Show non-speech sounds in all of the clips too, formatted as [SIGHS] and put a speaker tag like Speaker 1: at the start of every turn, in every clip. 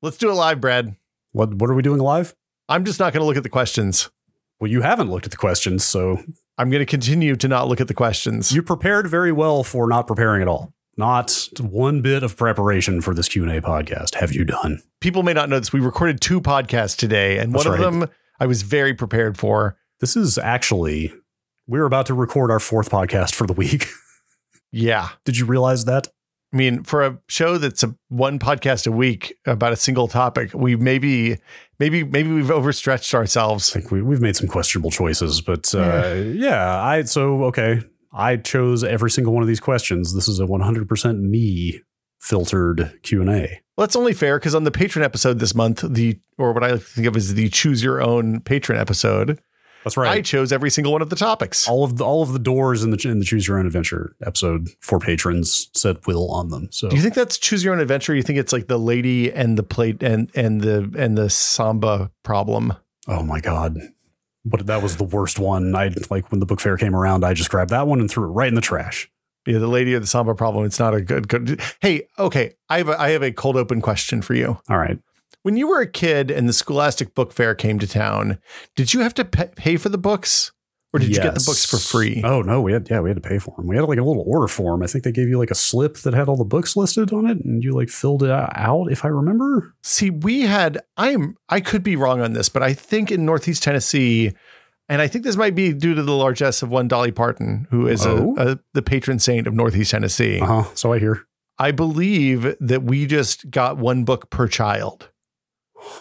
Speaker 1: Let's do it live, Brad.
Speaker 2: What what are we doing live?
Speaker 1: I'm just not going to look at the questions.
Speaker 2: Well, you haven't looked at the questions, so
Speaker 1: I'm going to continue to not look at the questions.
Speaker 2: you prepared very well for not preparing at all. Not one bit of preparation for this Q&A podcast have you done.
Speaker 1: People may not know this. We recorded two podcasts today, and
Speaker 2: That's
Speaker 1: one of
Speaker 2: right.
Speaker 1: them I was very prepared for.
Speaker 2: This is actually we're about to record our fourth podcast for the week. [LAUGHS]
Speaker 1: Yeah.
Speaker 2: Did you realize that?
Speaker 1: I mean, for a show that's a, one podcast a week about a single topic, we maybe, maybe, maybe we've overstretched
Speaker 2: I
Speaker 1: ourselves.
Speaker 2: think we, we've made some questionable choices, but
Speaker 1: Yeah.
Speaker 2: uh, yeah, I so okay. I chose every single one of these questions. This is a 100% me filtered Q&A.
Speaker 1: Well, that's only fair because on the patron episode this month, the or what I like to think of as the choose your own patron episode,
Speaker 2: That's
Speaker 1: I chose every single one of the topics.
Speaker 2: all of the all of the doors in the in the choose your own adventure episode for patrons said will on them. So
Speaker 1: Do you think that's choose your own adventure? Or you think it's like the lady and the plate and and the and the samba problem?
Speaker 2: oh my god. But that was the worst one. I like when the book fair came around, I just grabbed that one and threw it right in the trash.
Speaker 1: Yeah, the lady or the samba problem. It's not a good good. Hey, okay, I have a, I have a cold open question for you.
Speaker 2: All right.
Speaker 1: When you were a kid and the Scholastic Book Fair came to town, did you have to pa- pay for the books, or did you get the
Speaker 2: Yes.
Speaker 1: books for free?
Speaker 2: Oh no, we had yeah, we had to pay for them. We had like a little order form. I think they gave you like a slip that had all the books listed on it and you like filled it out if I remember.
Speaker 1: See, we had I'm I could be wrong on this, but I think in Northeast Tennessee, and I think this might be due to the largesse of one Dolly Parton, who is a-
Speaker 2: Oh.
Speaker 1: a, the patron saint of Northeast Tennessee.
Speaker 2: Uh-huh. So I hear.
Speaker 1: I believe that we just got one book per child,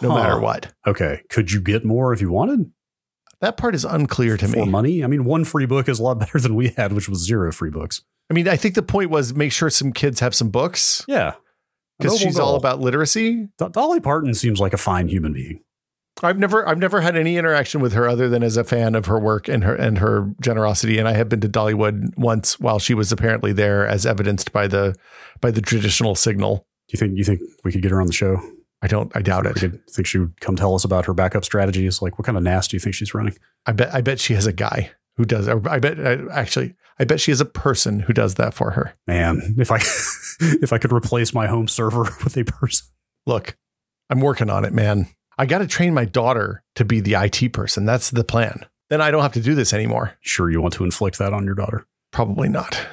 Speaker 1: no
Speaker 2: Huh.
Speaker 1: matter what.
Speaker 2: Okay. Could you get more if you wanted?
Speaker 1: That part is unclear to
Speaker 2: For
Speaker 1: me.
Speaker 2: money? I mean, one free book is a lot [LAUGHS] better than we had, which was zero free books.
Speaker 1: I mean, I think the point was make sure some kids have some books
Speaker 2: Yeah.
Speaker 1: because
Speaker 2: Noble
Speaker 1: she's all
Speaker 2: goal.
Speaker 1: about literacy.
Speaker 2: Do- Dolly Parton seems like a fine human being.
Speaker 1: I've never, I've never had any interaction with her other than as a fan of her work and her and her generosity. And I have been to Dollywood once while she was apparently there, as evidenced by the by the traditional signal.
Speaker 2: Do you think you think we could get her on the show?
Speaker 1: I don't, I doubt
Speaker 2: I
Speaker 1: it.
Speaker 2: could think she would come tell us about her backup strategies. Like, what kind of NAS do you think she's running?
Speaker 1: I bet, I bet she has a guy who does. I I bet, I, actually, I bet she has a person who does that for her.
Speaker 2: Man, if I [LAUGHS] if I could replace my home server [LAUGHS] with a person,
Speaker 1: look, I'm working on it, man. I got to train my daughter to be the IT person. That's the plan. Then I don't have to do this anymore.
Speaker 2: sure you want to inflict that on your daughter.
Speaker 1: Probably not.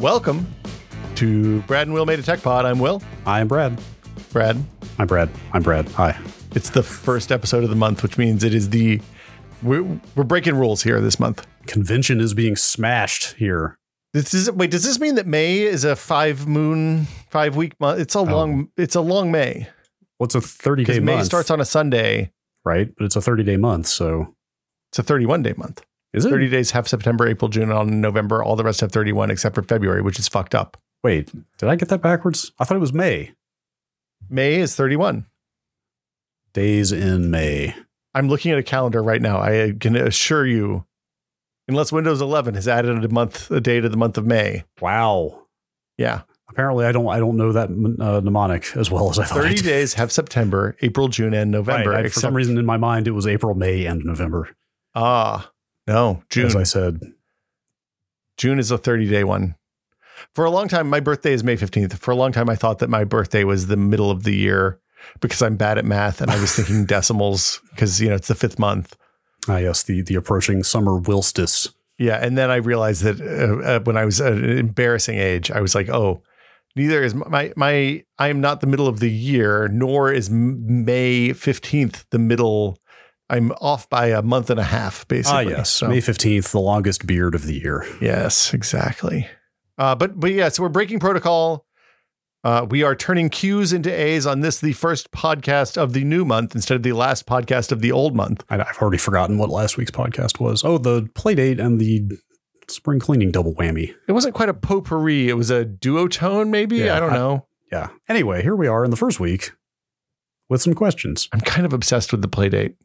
Speaker 1: Welcome to Brad and Will Made a Tech Pod. I'm Will.
Speaker 2: I am Brad.
Speaker 1: Brad,
Speaker 2: I'm Brad. I'm Brad. Hi.
Speaker 1: it's the first episode of the month, which means it is the. We're, we're breaking rules here this month.
Speaker 2: Convention is being smashed here.
Speaker 1: This is wait. Does this mean that May is a five moon, five week month? It's a long. It's a long May
Speaker 2: What's a 30
Speaker 1: because
Speaker 2: day
Speaker 1: May
Speaker 2: month?
Speaker 1: starts on a Sunday.
Speaker 2: right, but it's a 30 day month. So
Speaker 1: It's a 31 day month.
Speaker 2: is it?
Speaker 1: 30 days have September, April, June, on November. All the rest have 31 except for February, which is fucked up.
Speaker 2: Wait, did I get that backwards? I thought it was May.
Speaker 1: May is 31.
Speaker 2: Days in May.
Speaker 1: I'm looking at a calendar right now. I can assure you, unless Windows 11 has added a month, a day to the month of May.
Speaker 2: Wow.
Speaker 1: Yeah.
Speaker 2: Apparently, I don't I don't know that uh, mnemonic as well as I thought. I
Speaker 1: 30
Speaker 2: [LAUGHS] did.
Speaker 1: days have September, April, June, and November.
Speaker 2: Right, I- for
Speaker 1: except,
Speaker 2: some reason, in my mind, it was April, May, and November.
Speaker 1: ah, no, June.
Speaker 2: As I said,
Speaker 1: June is a 30 day one. For a long time, my birthday is May 15th. For a long time, I thought that my birthday was the middle of the year because I'm bad at math and I was thinking [LAUGHS] decimals because, you know, it's the fifth month.
Speaker 2: ah, yes, the the approaching summer wilstis.
Speaker 1: Yeah, and then I realized that uh, uh, when I was at an embarrassing age, I was like, "Oh, neither is my my I am not the middle of the year, nor is M- May fifteenth the middle. I'm off by a month and a half,
Speaker 2: Ah,
Speaker 1: basically."
Speaker 2: yes,
Speaker 1: So-
Speaker 2: May fifteenth, the longest beard of the year.
Speaker 1: yes, exactly. Uh, but but yeah, so we're breaking protocol. Uh, we are turning Q's into A's on this, the first podcast of the new month instead of the last podcast of the old month.
Speaker 2: I, I've already forgotten what last week's podcast was. Oh, the play date and the spring cleaning double whammy.
Speaker 1: It wasn't quite a potpourri; it was a duotone, maybe.
Speaker 2: Yeah,
Speaker 1: I don't
Speaker 2: I-
Speaker 1: know.
Speaker 2: Yeah. Anyway, here we are in the first week with some questions.
Speaker 1: I'm kind of obsessed with the play date.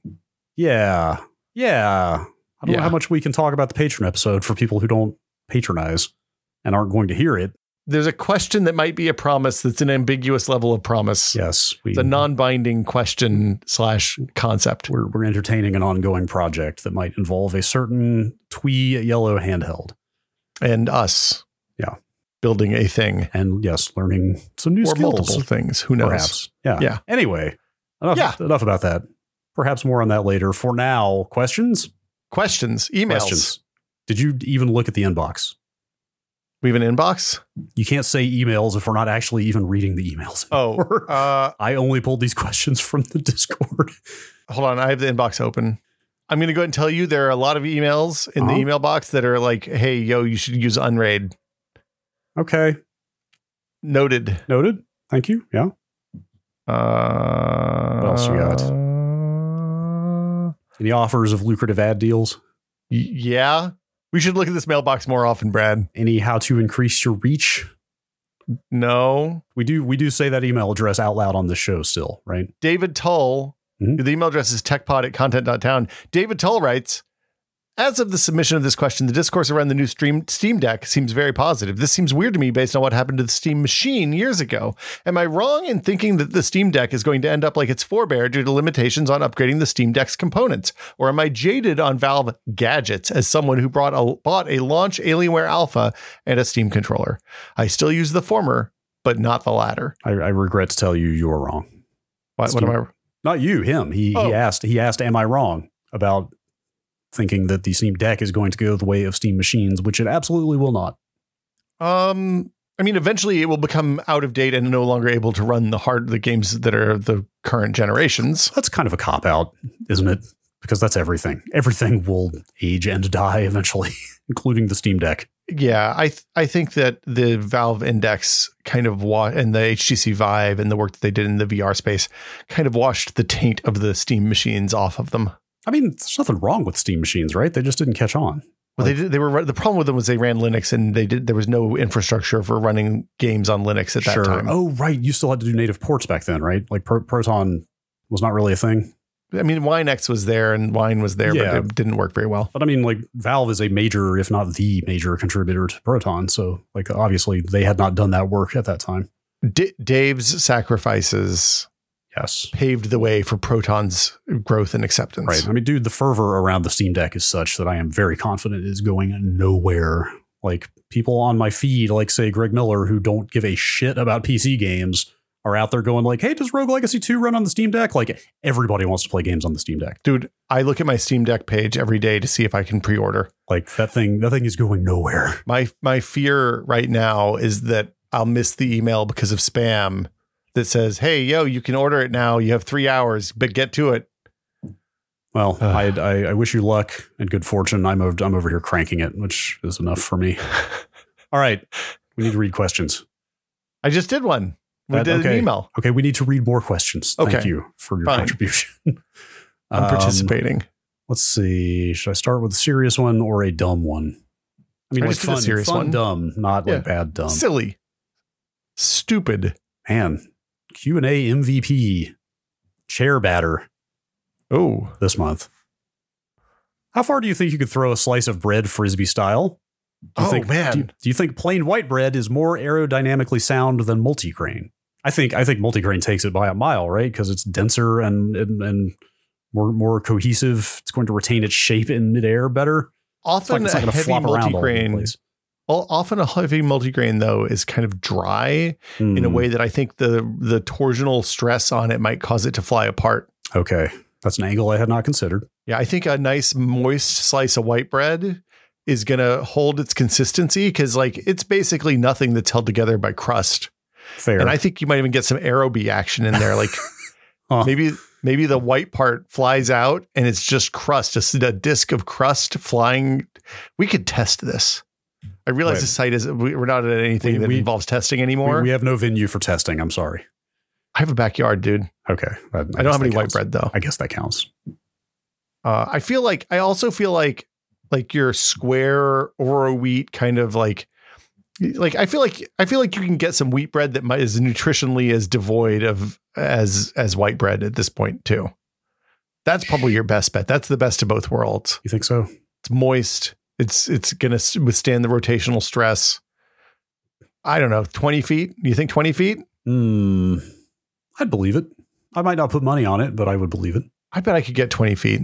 Speaker 2: Yeah. Yeah. I don't
Speaker 1: Yeah.
Speaker 2: know how much we can talk about the patron episode for people who don't patronize and aren't going to hear it.
Speaker 1: There's a question that might be a promise that's an ambiguous level of promise.
Speaker 2: Yes. We,
Speaker 1: It's a non-binding question slash concept.
Speaker 2: we're, we're entertaining an ongoing project that might involve a certain twee yellow handheld.
Speaker 1: And us.
Speaker 2: Yeah.
Speaker 1: Building a thing.
Speaker 2: And yes, learning some new
Speaker 1: or
Speaker 2: skills.
Speaker 1: multiple things. Who knows?
Speaker 2: Perhaps. Yeah.
Speaker 1: Yeah.
Speaker 2: Anyway, enough,
Speaker 1: Yeah.
Speaker 2: enough about that. Perhaps more on that later. For now, questions?
Speaker 1: Questions, emails.
Speaker 2: Questions. Did you even look at the inbox?
Speaker 1: We have an inbox.
Speaker 2: You can't say emails if we're not actually even reading the emails.
Speaker 1: [LAUGHS] Oh, uh,
Speaker 2: [LAUGHS] I only pulled these questions from the Discord. [LAUGHS]
Speaker 1: hold on. I have the inbox open. I'm going to go ahead and tell you there are a lot of emails in
Speaker 2: Uh-huh.
Speaker 1: the email box that are like, hey, yo, you should use Unraid.
Speaker 2: Okay.
Speaker 1: Noted.
Speaker 2: Noted. Thank you. Yeah.
Speaker 1: Uh,
Speaker 2: What else you got?
Speaker 1: y-
Speaker 2: Any offers of lucrative ad deals?
Speaker 1: yeah. We should look at this mailbox more often, Brad.
Speaker 2: Any how to increase your reach?
Speaker 1: No.
Speaker 2: We do we do say that email address out loud on the show still, right?
Speaker 1: David Tull,
Speaker 2: Mhm.
Speaker 1: the email address is techpod at content.town. David Tull writes, as of the submission of this question, the discourse around the new stream, Steam Deck seems very positive. This seems weird to me based on what happened to the Steam Machine years ago. Am I wrong in thinking that the Steam Deck is going to end up like its forebear due to limitations on upgrading the Steam Deck's components? Or am I jaded on Valve gadgets as someone who brought a, bought a launch Alienware Alpha and a Steam controller? I still use the former, but not the latter.
Speaker 2: I, I regret to tell you you are wrong.
Speaker 1: What, what am I?
Speaker 2: Not you, him. He
Speaker 1: Oh.
Speaker 2: he asked he asked, Am I wrong about thinking that the Steam Deck is going to go the way of Steam machines, which it absolutely will not.
Speaker 1: Um, I mean, eventually it will become out of date and no longer able to run the hard the games that are the current generations.
Speaker 2: That's kind of a cop out, isn't it? Because that's everything. Everything will age and die eventually, [LAUGHS] including the Steam Deck.
Speaker 1: Yeah, I th- I think that the Valve Index kind of wa- and the HTC Vive and the work that they did in the VR space kind of washed the taint of the Steam machines off of them.
Speaker 2: I mean, there's nothing wrong with Steam machines, right? They just didn't catch on.
Speaker 1: Well, they did, they were the problem with them was they ran Linux and they did there was no infrastructure for running games on Linux at that time.
Speaker 2: Oh, right. You still had to do native ports back then, right? Like Pro- Proton was not really a thing.
Speaker 1: I mean, Winex was there and Wine was there,
Speaker 2: Yeah.
Speaker 1: but it didn't work very well.
Speaker 2: But I mean, like Valve is a major, if not the major contributor to Proton. So, like, obviously they had not done that work at that time.
Speaker 1: D- Dave's sacrifices
Speaker 2: Yes.
Speaker 1: paved the way for Proton's growth and acceptance.
Speaker 2: Right. I mean, dude, the fervor around the Steam Deck is such that I am very confident it is going nowhere. Like, people on my feed, like, say, Greg Miller, who don't give a shit about PC games, are out there going, like, hey, does Rogue Legacy 2 run on the Steam Deck? Like, everybody wants to play games on the Steam Deck.
Speaker 1: Dude, I look at my Steam Deck page every day to see if I can pre-order.
Speaker 2: Like that thing, that thing is going nowhere.
Speaker 1: My my fear right now is that I'll miss the email because of spam that says, "Hey, yo, you can order it now. You have 3 hours, but get to it."
Speaker 2: Well,
Speaker 1: Ugh.
Speaker 2: I, I I wish you luck and good fortune. I'm over, I'm over here cranking it, which is enough
Speaker 1: [LAUGHS]
Speaker 2: for me. All right, we need to read questions.
Speaker 1: I just did one. We
Speaker 2: That-
Speaker 1: did
Speaker 2: okay.
Speaker 1: an email.
Speaker 2: Okay, we need to read more questions. Thank
Speaker 1: Okay.
Speaker 2: you for your
Speaker 1: Fine.
Speaker 2: contribution.
Speaker 1: [LAUGHS]
Speaker 2: [LAUGHS]
Speaker 1: I'm
Speaker 2: Um,
Speaker 1: participating.
Speaker 2: Let's see. Should I start with a serious one or a dumb one? I mean,
Speaker 1: I
Speaker 2: like
Speaker 1: just did a
Speaker 2: fun,
Speaker 1: serious
Speaker 2: fun
Speaker 1: one.
Speaker 2: dumb, not like bad dumb.
Speaker 1: Silly. Stupid.
Speaker 2: Man, Q and A MVP, chair batter.
Speaker 1: Oh,
Speaker 2: this month. How far do you think you could throw a slice of bread frisbee style? Do you
Speaker 1: Oh,
Speaker 2: think,
Speaker 1: man.
Speaker 2: Do you, do you think plain white bread is more aerodynamically sound than multigrain? I think I think multigrain takes it by a mile, right? Because it's denser and, and and more more cohesive. It's going to retain its shape in midair better. It's, like,
Speaker 1: often
Speaker 2: it's not
Speaker 1: a
Speaker 2: going to
Speaker 1: heavy
Speaker 2: flop around all over the
Speaker 1: multigrain.
Speaker 2: place.
Speaker 1: Well, often a heavy multigrain though is kind of dry in a
Speaker 2: Hmm,
Speaker 1: way that I think the the torsional stress on it might cause it to fly apart.
Speaker 2: Okay, that's an angle I had not considered.
Speaker 1: Yeah, I think a nice moist slice of white bread is going to hold its consistency because like it's basically nothing that's held together by crust.
Speaker 2: Fair.
Speaker 1: And I think you might even get some aerobee action in there. Like
Speaker 2: [LAUGHS] Huh.
Speaker 1: maybe maybe the white part flies out and it's just crust, just a disc of crust flying. We could test this. I realize
Speaker 2: Right.
Speaker 1: this site is we- we're not at anything
Speaker 2: We-
Speaker 1: that
Speaker 2: we-
Speaker 1: involves testing
Speaker 2: we,
Speaker 1: anymore.
Speaker 2: we have no venue for testing. I'm sorry.
Speaker 1: I have a backyard, dude.
Speaker 2: Okay, I,
Speaker 1: I don't have any white bread though.
Speaker 2: I guess that counts.
Speaker 1: Uh, I feel like I also feel like like your square Oro wheat kind of like like I feel like I feel like you can get some wheat bread that might, is nutritionally as devoid of as as white bread at this point too. That's probably your best bet. That's the best of both worlds.
Speaker 2: You think so?
Speaker 1: It's moist. It's it's gonna s- withstand the rotational stress. I don't know, twenty feet. You think twenty feet?
Speaker 2: Hmm. I'd believe it. I might not put money on it, but I would believe it.
Speaker 1: I bet I could get twenty feet.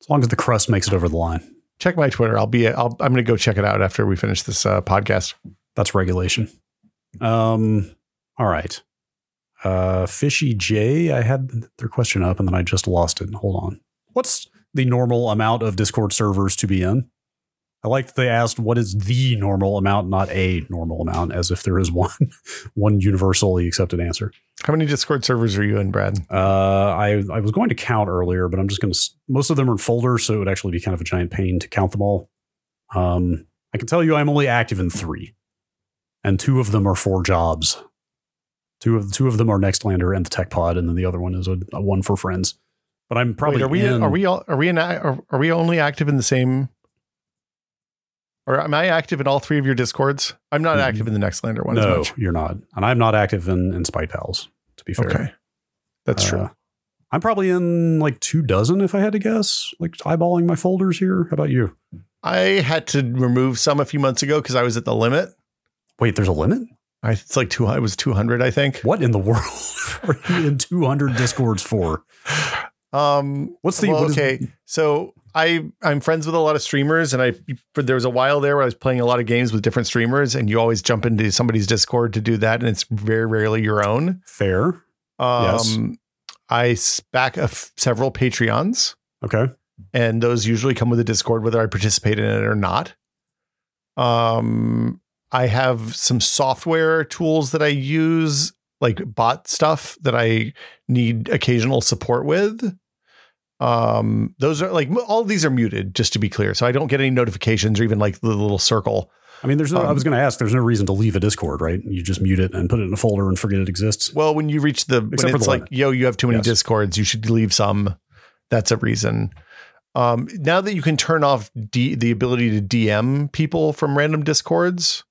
Speaker 2: As long as the crust makes it over the line.
Speaker 1: Check my Twitter. I'll be. I'll, I'm gonna go check it out after we finish this uh, podcast.
Speaker 2: That's regulation. Um, all right. Uh, Fishy J, I had their question up and then I just lost it. Hold on. What's the normal amount of Discord servers to be in? I like that they asked what is the normal amount, not a normal amount, as if there is one [LAUGHS] one universally accepted answer.
Speaker 1: How many Discord servers are you in, Brad?
Speaker 2: Uh, I I was going to count earlier, but I'm just going to. Most of them are in folders, so it would actually be kind of a giant pain to count them all. Um, I can tell you, I'm only active in three, and two of them are for jobs. Two of two of them are Nextlander and the Tech Pod, and then the other one is a, a one for friends. But I'm probably
Speaker 1: Wait, are we
Speaker 2: in-
Speaker 1: are we all are we in, are, are we only active in the same or am I active in all three of your discords? I'm not
Speaker 2: Mm.
Speaker 1: active in the next lander one as
Speaker 2: No,
Speaker 1: much.
Speaker 2: you're not, and I'm not active in in Spite Pals. To be fair,
Speaker 1: Okay. That's
Speaker 2: Uh,
Speaker 1: true.
Speaker 2: I'm probably in like two dozen, if I had to guess. Like eyeballing my folders here. How about you?
Speaker 1: I had to remove some a few months ago because I was at the limit.
Speaker 2: Wait, there's a limit.
Speaker 1: I, it's like two. It was two hundred, I think.
Speaker 2: What in the [LAUGHS] world are you in 200 discords for?
Speaker 1: Um,
Speaker 2: What's the
Speaker 1: well,
Speaker 2: what is-
Speaker 1: okay? So I I'm friends with a lot of streamers, and I for, there was a while there where I was playing a lot of games with different streamers, and you always jump into somebody's Discord to do that, and it's very rarely your own.
Speaker 2: fair?
Speaker 1: Um,
Speaker 2: Yes.
Speaker 1: I s- back a f- several Patreons,
Speaker 2: Okay,
Speaker 1: and those usually come with a Discord, whether I participate in it or not. Um, I have some software tools that I use, like bot stuff that I need occasional support with. Um, those are like m- all these are muted, just to be clear. So I don't get any notifications or even like the little circle.
Speaker 2: I mean, there's no. I
Speaker 1: Um,
Speaker 2: was going to ask. There's no reason to leave a Discord, right? You just mute it and put it in a folder and forget it exists.
Speaker 1: Well, when you reach the, when
Speaker 2: Except for
Speaker 1: it's
Speaker 2: the
Speaker 1: like, yo, you have too many
Speaker 2: Yes.
Speaker 1: discords, you should leave some. That's a reason. Um, now that you can turn off D- the ability to DM people from random discords,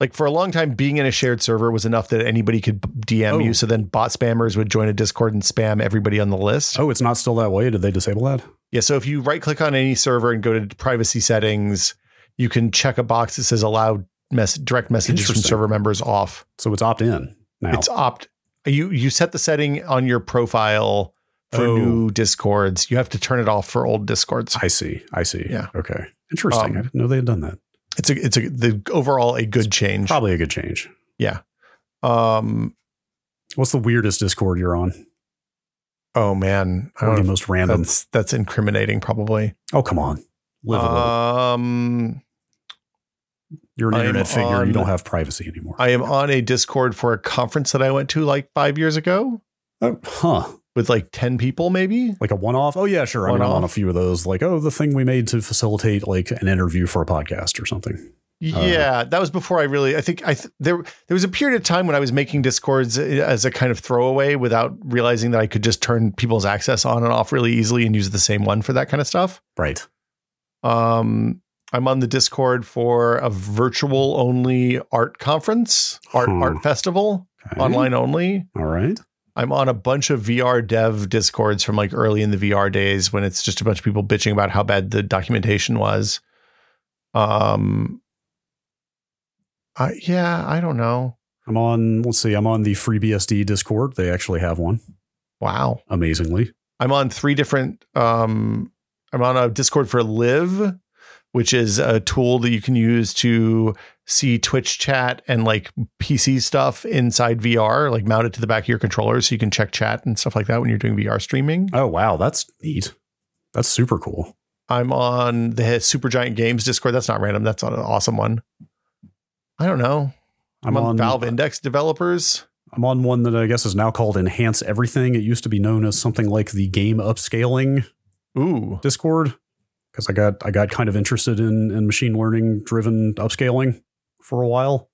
Speaker 1: like for a long time, being in a shared server was enough that anybody could b- DM
Speaker 2: Oh.
Speaker 1: you. So then bot spammers would join a discord and spam everybody on the list.
Speaker 2: Oh, it's not still that way. Did they disable that?
Speaker 1: Yeah. So if you right click on any server and go to privacy settings, you can check a box that says allow mess- direct messages from
Speaker 2: Interesting.
Speaker 1: server members off.
Speaker 2: So it's opt in now.
Speaker 1: It's opt. You you set the setting on your profile for
Speaker 2: Oh.
Speaker 1: new discords. You have to turn it off for old discords.
Speaker 2: I see. I see.
Speaker 1: Yeah.
Speaker 2: Okay. Interesting.
Speaker 1: Um,
Speaker 2: I didn't know they had done that.
Speaker 1: It's a it's a the overall a good change.
Speaker 2: Probably a good change.
Speaker 1: Um
Speaker 2: What's the weirdest Discord you're on?
Speaker 1: oh man, I
Speaker 2: Or the
Speaker 1: don't know.
Speaker 2: most random?
Speaker 1: That's that's incriminating probably.
Speaker 2: oh, come on. Live a little.
Speaker 1: Um
Speaker 2: You're an
Speaker 1: Uh, I'm
Speaker 2: internet figure.
Speaker 1: on-
Speaker 2: you don't have privacy anymore.
Speaker 1: I am on a Discord for a conference that I went to like 5 years ago
Speaker 2: oh, huh.
Speaker 1: with like 10 people maybe.
Speaker 2: like a one-off. Oh yeah, sure. I mean, I'm on a
Speaker 1: One-off.
Speaker 2: few of those. Like, oh, the thing we made to facilitate like an interview for a podcast or something. Uh-huh.
Speaker 1: Yeah, that was before I really. I think I th- there there was a period of time when I was making discords eh, as a kind of throwaway without realizing that I could just turn people's access on and off really easily and use the same one for that kind of stuff.
Speaker 2: Right.
Speaker 1: Um, I'm on the Discord for a virtual only art conference, art
Speaker 2: Hmm.
Speaker 1: art festival,
Speaker 2: Okay.
Speaker 1: online only.
Speaker 2: All right.
Speaker 1: I'm on a bunch of VR dev discords from like early in the VR days when it's just a bunch of people bitching about how bad the documentation was. Um, I, yeah, I don't know.
Speaker 2: I'm on. Let's see. I'm on the FreeBSD Discord. They actually have one.
Speaker 1: Wow,
Speaker 2: Amazingly.
Speaker 1: I'm on three different. Um, I'm on a Discord for Live, which is a tool that you can use to see Twitch chat and like PC stuff inside VR, like mount it to the back of your controller so you can check chat and stuff like that when you're doing VR streaming.
Speaker 2: Oh wow, that's neat. That's super cool.
Speaker 1: I'm on the Supergiant Games Discord. That's not random. That's an awesome one. I don't know. I'm, on, Valve Index developers.
Speaker 2: I'm on one that I guess is now called Enhance Everything. It used to be known as something like the Game Upscaling
Speaker 1: Ooh.
Speaker 2: Discord because I got I got kind of interested in in machine learning driven upscaling for a while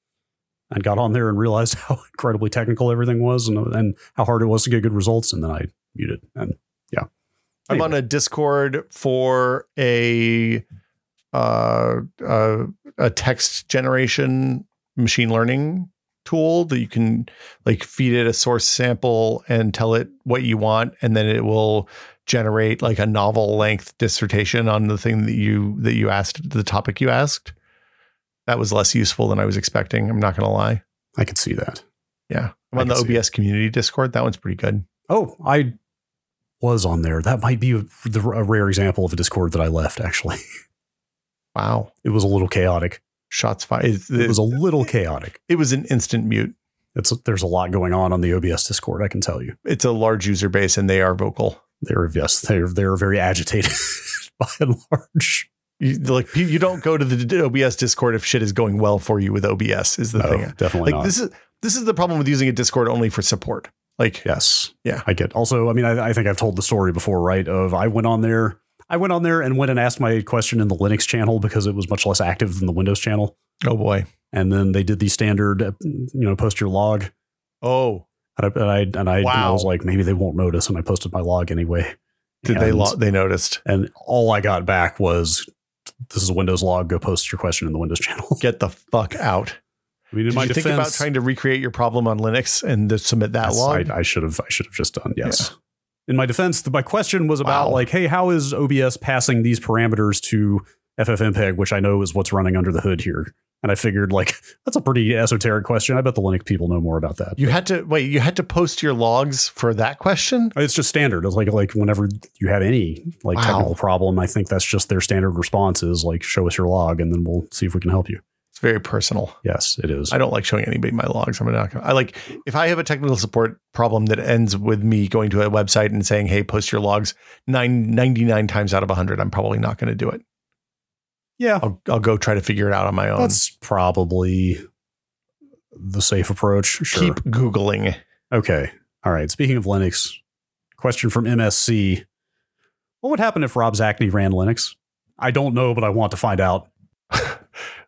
Speaker 2: and got on there and realized [LAUGHS] how incredibly technical everything was and and how hard it was to get good results and then I muted and yeah
Speaker 1: I'm on a Discord for a uh, uh, a text generation machine learning tool that you can like feed it a source sample and tell it what you want and then it will generate like a novel length dissertation on the thing that you that you asked the topic you asked that was less useful than i was expecting i'm not going to lie
Speaker 2: I could see that.
Speaker 1: yeah i'm
Speaker 2: I
Speaker 1: on the
Speaker 2: can see
Speaker 1: obs community discord that one's pretty good
Speaker 2: Oh, I was on there. That might be a, the, a rare example of a Discord that I left. Actually, [LAUGHS]
Speaker 1: wow
Speaker 2: it was a little chaotic.
Speaker 1: shots fired it,
Speaker 2: It was a little chaotic.
Speaker 1: it was an instant mute
Speaker 2: It's there's a lot going on on the OBS Discord. I can tell you,
Speaker 1: it's a large user base and they are vocal
Speaker 2: they're yes, they're they're very agitated [LAUGHS] by and large.
Speaker 1: you, like you don't go to the obs discord if shit is going well for you with obs is the
Speaker 2: No,
Speaker 1: thing like
Speaker 2: definitely Oh, not.
Speaker 1: this is this is the problem with using a discord only for support like
Speaker 2: yes,
Speaker 1: Yeah.
Speaker 2: I get. Also, I mean, I, I think I've told the story before, right? Of I went on there, I went on there and went and asked my question in the Linux channel because it was much less active than the Windows channel.
Speaker 1: oh boy
Speaker 2: And then they did the standard, uh, you know, post your log
Speaker 1: oh
Speaker 2: And I and I, and I, and I
Speaker 1: Wow.
Speaker 2: was like, maybe they won't notice, and I posted my log anyway.
Speaker 1: did
Speaker 2: and,
Speaker 1: they lo- they noticed
Speaker 2: And all I got back was, "This is a Windows log. Go post your question in the Windows channel."
Speaker 1: get the fuck out
Speaker 2: [LAUGHS] I mean, in
Speaker 1: did
Speaker 2: my
Speaker 1: you
Speaker 2: defense,
Speaker 1: think about trying to recreate your problem on linux and to submit that
Speaker 2: yes,
Speaker 1: log
Speaker 2: I, I should have I should have just done yes. In my defense, the, my question was about
Speaker 1: Wow.
Speaker 2: like, hey, how is OBS passing these parameters to FFmpeg, which I know is what's running under the hood here? And I figured like [LAUGHS] that's a pretty esoteric question. I bet the Linux people know more about that.
Speaker 1: you had to wait you had to post your logs for that question
Speaker 2: It's just standard. It's like like whenever you have any like
Speaker 1: Wow.
Speaker 2: technical problem, I think that's just their standard response is like show us your log and then we'll see if we can help you.
Speaker 1: it's very personal
Speaker 2: Yes, it is.
Speaker 1: I don't like showing anybody my logs. I'm not. Gonna, I like if I have a technical support problem that ends with me going to a website and saying, "Hey, post your logs." Nine, 99 times out of hundred, I'm probably not going to do it.
Speaker 2: yeah,
Speaker 1: I'll, I'll go try to figure it out on my own.
Speaker 2: that's probably the safe approach. Sure.
Speaker 1: Keep googling. [LAUGHS]
Speaker 2: Okay. All right. Speaking of Linux, question from MSC: What would happen if Rob Zachney ran Linux? I don't know, but I want to find
Speaker 1: [LAUGHS]
Speaker 2: out.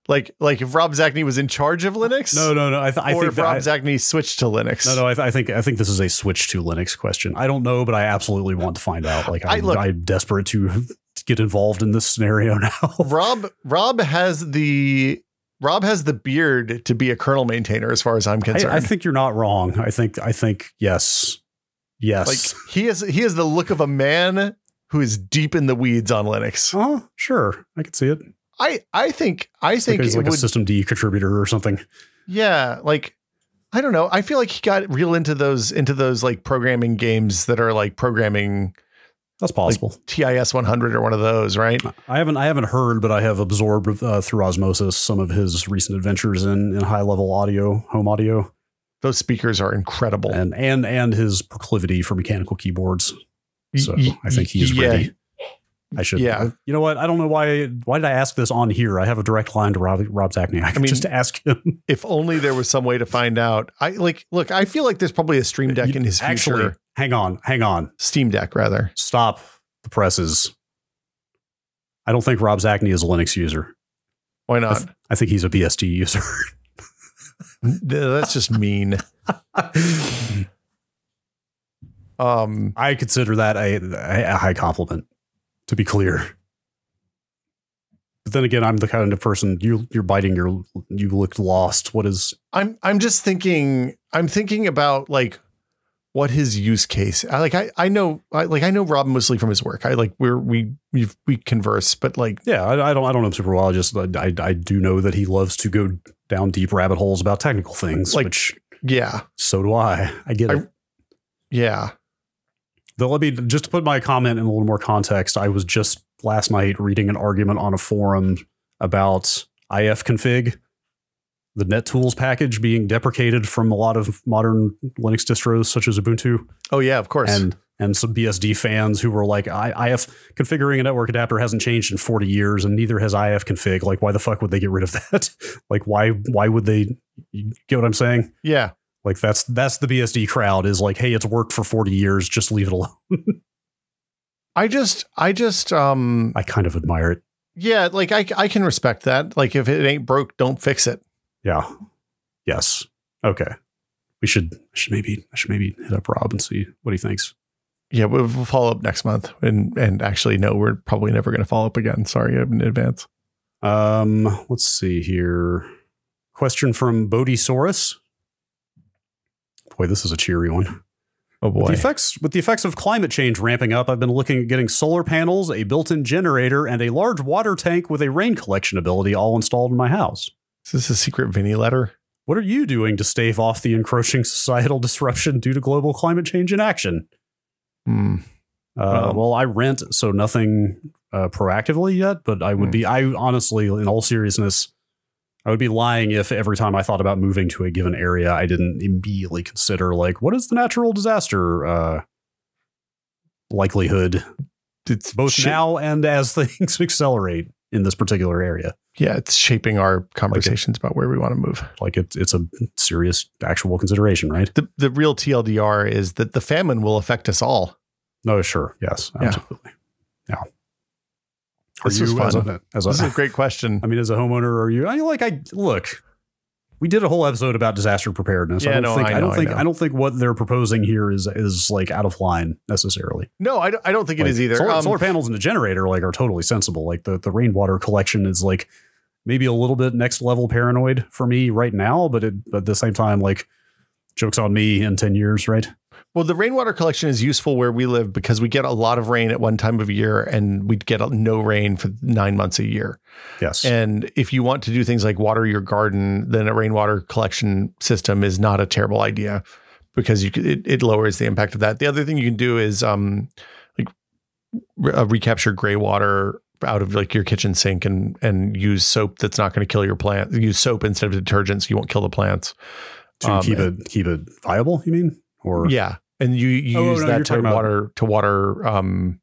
Speaker 1: Like, like if Rob Zachney was in charge of Linux,
Speaker 2: No, no, no. I, th- I
Speaker 1: or
Speaker 2: think
Speaker 1: if
Speaker 2: that
Speaker 1: Rob
Speaker 2: I-
Speaker 1: Zachney switched to Linux.
Speaker 2: No, no. I, th- I think I think this is a switch to Linux question. I don't know, but I absolutely want to find out. Like
Speaker 1: I-
Speaker 2: I'm, I
Speaker 1: look-
Speaker 2: am desperate to [LAUGHS] get involved in this scenario [LAUGHS] now.
Speaker 1: Rob, Rob has the Rob has the beard to be a kernel maintainer, as far as I'm
Speaker 2: I,
Speaker 1: concerned.
Speaker 2: I think you're not wrong. I think I think yes,
Speaker 1: like
Speaker 2: yes.
Speaker 1: he is he is the look of a man who is deep in the weeds on Linux.
Speaker 2: oh, sure. I could see it.
Speaker 1: I I think I
Speaker 2: I think
Speaker 1: think
Speaker 2: he's
Speaker 1: it
Speaker 2: like a
Speaker 1: would
Speaker 2: System D contributor or something.
Speaker 1: yeah like I don't know I feel like he got real into those into those like programming games that are like programming
Speaker 2: That's possible.
Speaker 1: TIS 100 or one of those right
Speaker 2: I haven't I haven't heard, but I have absorbed uh, through osmosis some of his recent adventures in, in high level audio, home audio,
Speaker 1: those speakers are incredible
Speaker 2: and and and his proclivity for mechanical keyboards. So
Speaker 1: Y- y-
Speaker 2: I think he's
Speaker 1: yeah.
Speaker 2: ready. I should.
Speaker 1: Yeah.
Speaker 2: You know what? I don't know why. Why did I ask this on here? I have a direct line to Rob Rob Zachney. I can
Speaker 1: mean,
Speaker 2: [LAUGHS] just ask him.
Speaker 1: if only there was some way to find out I like look I feel like there's probably a stream deck in his future
Speaker 2: Actually, hang on, hang on.
Speaker 1: steam deck rather
Speaker 2: Stop the presses. I don't think Rob Zachney is a Linux user.
Speaker 1: why
Speaker 2: I,
Speaker 1: not
Speaker 2: th- I think he's a BSD user. [LAUGHS]
Speaker 1: that's just mean um
Speaker 2: I consider that a, a high compliment, to be clear. But then again, I'm the kind of person you you're biting your you look lost. What is
Speaker 1: I'm I'm just thinking I'm thinking about like what his use case. I like I I know I like I know Rob mostly from his work. I like we're we we we converse, but like
Speaker 2: yeah, I, I don't I don't know him super well. I just I, I I do know that he loves to go down deep rabbit holes about technical things,
Speaker 1: Like-
Speaker 2: which
Speaker 1: yeah.
Speaker 2: so do I. I get
Speaker 1: I-
Speaker 2: it.
Speaker 1: Yeah.
Speaker 2: Though let me just to put my comment in a little more context, I was just last night reading an argument on a forum about IF config, the NetTools package being deprecated from a lot of modern Linux distros such as Ubuntu,
Speaker 1: Oh yeah, of course.
Speaker 2: and and some BSD fans who were like, I, IF configuring a network adapter hasn't changed in 40 years, and neither has IF config. Like, why the fuck would they get rid of [LAUGHS] that? like, why why would they? You get what I'm saying?
Speaker 1: yeah.
Speaker 2: Like that's that's the BSD crowd is like, hey, it's worked for 40 years, just leave it alone.
Speaker 1: I just I just um
Speaker 2: I kind of admire it.
Speaker 1: yeah, like I I can respect that. Like if it ain't broke, don't fix it.
Speaker 2: Yeah. Yes. Okay. We should I should maybe I should maybe hit up Rob and see what he thinks.
Speaker 1: Yeah, we'll we'll follow up next month. And and actually no, we're probably never going to follow up again. Sorry in advance.
Speaker 2: Um, let's see here. Question from Bodhisaurus. Boy, this is a cheery one.
Speaker 1: Oh
Speaker 2: With
Speaker 1: boy.
Speaker 2: the effects with the effects of climate change ramping up, I've been looking at getting solar panels, a built-in generator, and a large water tank with a rain collection ability all installed in my house.
Speaker 1: Is this a secret Vinny letter?
Speaker 2: What are you doing to stave off the encroaching [LAUGHS] societal disruption due to global climate change inaction?
Speaker 1: Hmm.
Speaker 2: Uh,
Speaker 1: Well-
Speaker 2: well, I rent, so nothing uh, proactively yet, but I would
Speaker 1: Hmm.
Speaker 2: be, I honestly, in all seriousness, I would be lying if every time I thought about moving to a given area, I didn't immediately consider, like, what is the natural disaster uh, likelihood,
Speaker 1: It's
Speaker 2: both
Speaker 1: shit-
Speaker 2: now and as [LAUGHS] things accelerate in this particular area?
Speaker 1: Yeah, it's shaping our conversations about where we want to move.
Speaker 2: Like, it's it's a serious, actual consideration, right?
Speaker 1: The the real TLDR is that the famine will affect us all.
Speaker 2: No, sure. Yes,
Speaker 1: Yeah.
Speaker 2: absolutely. Yeah. Are
Speaker 1: This was
Speaker 2: you as
Speaker 1: fun.
Speaker 2: a, as
Speaker 1: This is
Speaker 2: a,
Speaker 1: a great question.
Speaker 2: I mean, as a homeowner, are you? I like. I look. We did a whole episode about disaster preparedness.
Speaker 1: Yeah,
Speaker 2: I don't
Speaker 1: no,
Speaker 2: think.
Speaker 1: I
Speaker 2: I,
Speaker 1: know,
Speaker 2: don't
Speaker 1: I
Speaker 2: think.
Speaker 1: know.
Speaker 2: I, don't think what they're proposing here is is like out of line necessarily.
Speaker 1: [LAUGHS] No, I don't, I don't think it
Speaker 2: Like,
Speaker 1: is either.
Speaker 2: Solar,
Speaker 1: Um,
Speaker 2: solar panels and a generator like are totally sensible. Like the the rainwater collection is like maybe a little bit next level paranoid for me right now, but it, but at the same time, like jokes on me in ten years, right?
Speaker 1: Well, the rainwater collection is useful where we live because we get a lot of rain at one time of year and we'd get no rain for nine months a year.
Speaker 2: Yes.
Speaker 1: And if you want to do things like water your garden, then a rainwater collection system is not a terrible idea because you could, it, it lowers the impact of that. The other thing you can do is um like re- uh, recapture gray water out of like your kitchen sink and and use soap that's not going to kill your plant. Use soap instead of detergent so you won't kill the plants.
Speaker 2: to
Speaker 1: um,
Speaker 2: keep it keep it viable, you mean? Or
Speaker 1: Yeah, and you, you
Speaker 2: Oh,
Speaker 1: use
Speaker 2: no, you're
Speaker 1: that to
Speaker 2: talking about-
Speaker 1: water to water. Um,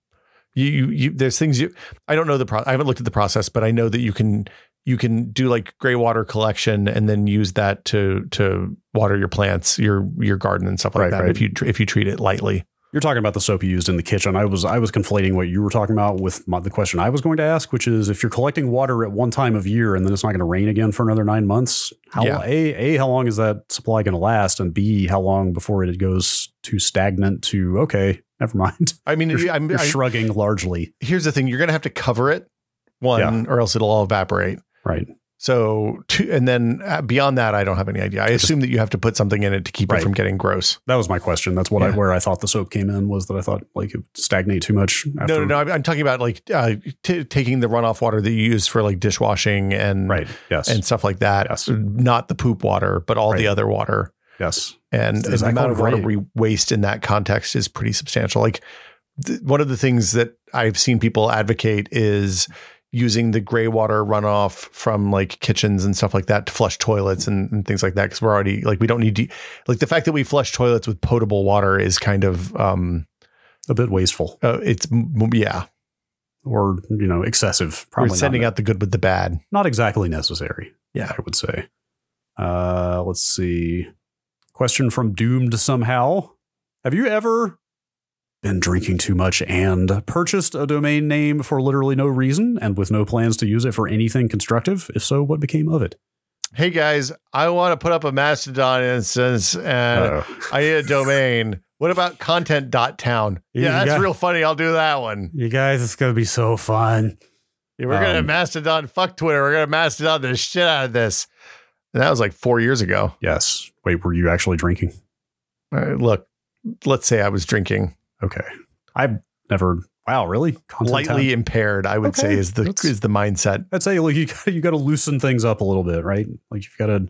Speaker 1: you, you you there's things you I don't know the pro- I haven't looked at the process, but I know that you can you can do like gray water collection and then use that to to water your plants, your your garden and stuff like
Speaker 2: Right,
Speaker 1: that.
Speaker 2: right.
Speaker 1: If you tr- if you treat it lightly,
Speaker 2: You're talking about the soap you used in the kitchen. I was I was conflating what you were talking about with my, the question I was going to ask, which is if you're collecting water at one time of year and then it's not going to rain again for another nine months, how
Speaker 1: Yeah.
Speaker 2: a a how long is that supply going to last, and b how long before it goes to stagnant to okay,
Speaker 1: [LAUGHS]
Speaker 2: never mind.
Speaker 1: I mean,
Speaker 2: You're,
Speaker 1: I'm,
Speaker 2: you're
Speaker 1: I-
Speaker 2: shrugging largely,
Speaker 1: here's the thing: you're gonna have to cover it one, or else it'll all evaporate.
Speaker 2: right?
Speaker 1: So two, and then uh, beyond that, I don't have any idea. I assume that you have to put something in it to keep
Speaker 2: Right.
Speaker 1: it from getting gross.
Speaker 2: That was my question. That's what I
Speaker 1: Yeah.
Speaker 2: where I thought the soap came in was that I thought like it would stagnate too much. After,
Speaker 1: No, no, no. I'm, I'm talking about like uh, t- taking the runoff water that you use for like dishwashing and
Speaker 2: Right. Yes.
Speaker 1: and stuff like that.
Speaker 2: Yes.
Speaker 1: Not the poop water, but all the
Speaker 2: Right.
Speaker 1: other water.
Speaker 2: yes.
Speaker 1: And
Speaker 2: Is
Speaker 1: the
Speaker 2: that
Speaker 1: amount
Speaker 2: called
Speaker 1: of water
Speaker 2: rain?
Speaker 1: we waste in that context is pretty substantial. Like th- one of the things that I've seen people advocate is using the gray water runoff from like kitchens and stuff like that to flush toilets and, and things like that because we're already like we don't need to like the fact that we flush toilets with potable water is kind of um
Speaker 2: A bit wasteful
Speaker 1: uh, it's m- yeah
Speaker 2: or you know excessive. Probably
Speaker 1: we're
Speaker 2: not
Speaker 1: sending
Speaker 2: ne-
Speaker 1: out the good with the bad
Speaker 2: not exactly necessary.
Speaker 1: Yeah.
Speaker 2: I would say. Uh, let's see. Question from Doomed somehow. Have you ever been drinking too much and purchased a domain name for literally no reason and with no plans to use it for anything constructive? If so, what became of it?
Speaker 1: hey guys, I want to put up a Mastodon instance and
Speaker 2: [LAUGHS] Uh-oh.
Speaker 1: I need a domain. What about content.town?
Speaker 2: You
Speaker 1: Yeah, that's
Speaker 2: got-
Speaker 1: real funny. I'll do that one.
Speaker 2: you guys, it's gonna be so fun.
Speaker 1: Yeah, We're going to
Speaker 2: Um,
Speaker 1: Mastodon fuck Twitter. We're going to Mastodon the shit out of this. And that was like four years ago.
Speaker 2: Yes. Wait, were you actually drinking?
Speaker 1: All right, look, let's say I was drinking
Speaker 2: Okay. I've never. Wow, really? Content
Speaker 1: lightly
Speaker 2: town?
Speaker 1: impaired, I would
Speaker 2: Okay,
Speaker 1: say is the
Speaker 2: that's-
Speaker 1: is the mindset.
Speaker 2: I'd say like you [LAUGHS] got you got to loosen things up a little bit, right? Like you've got to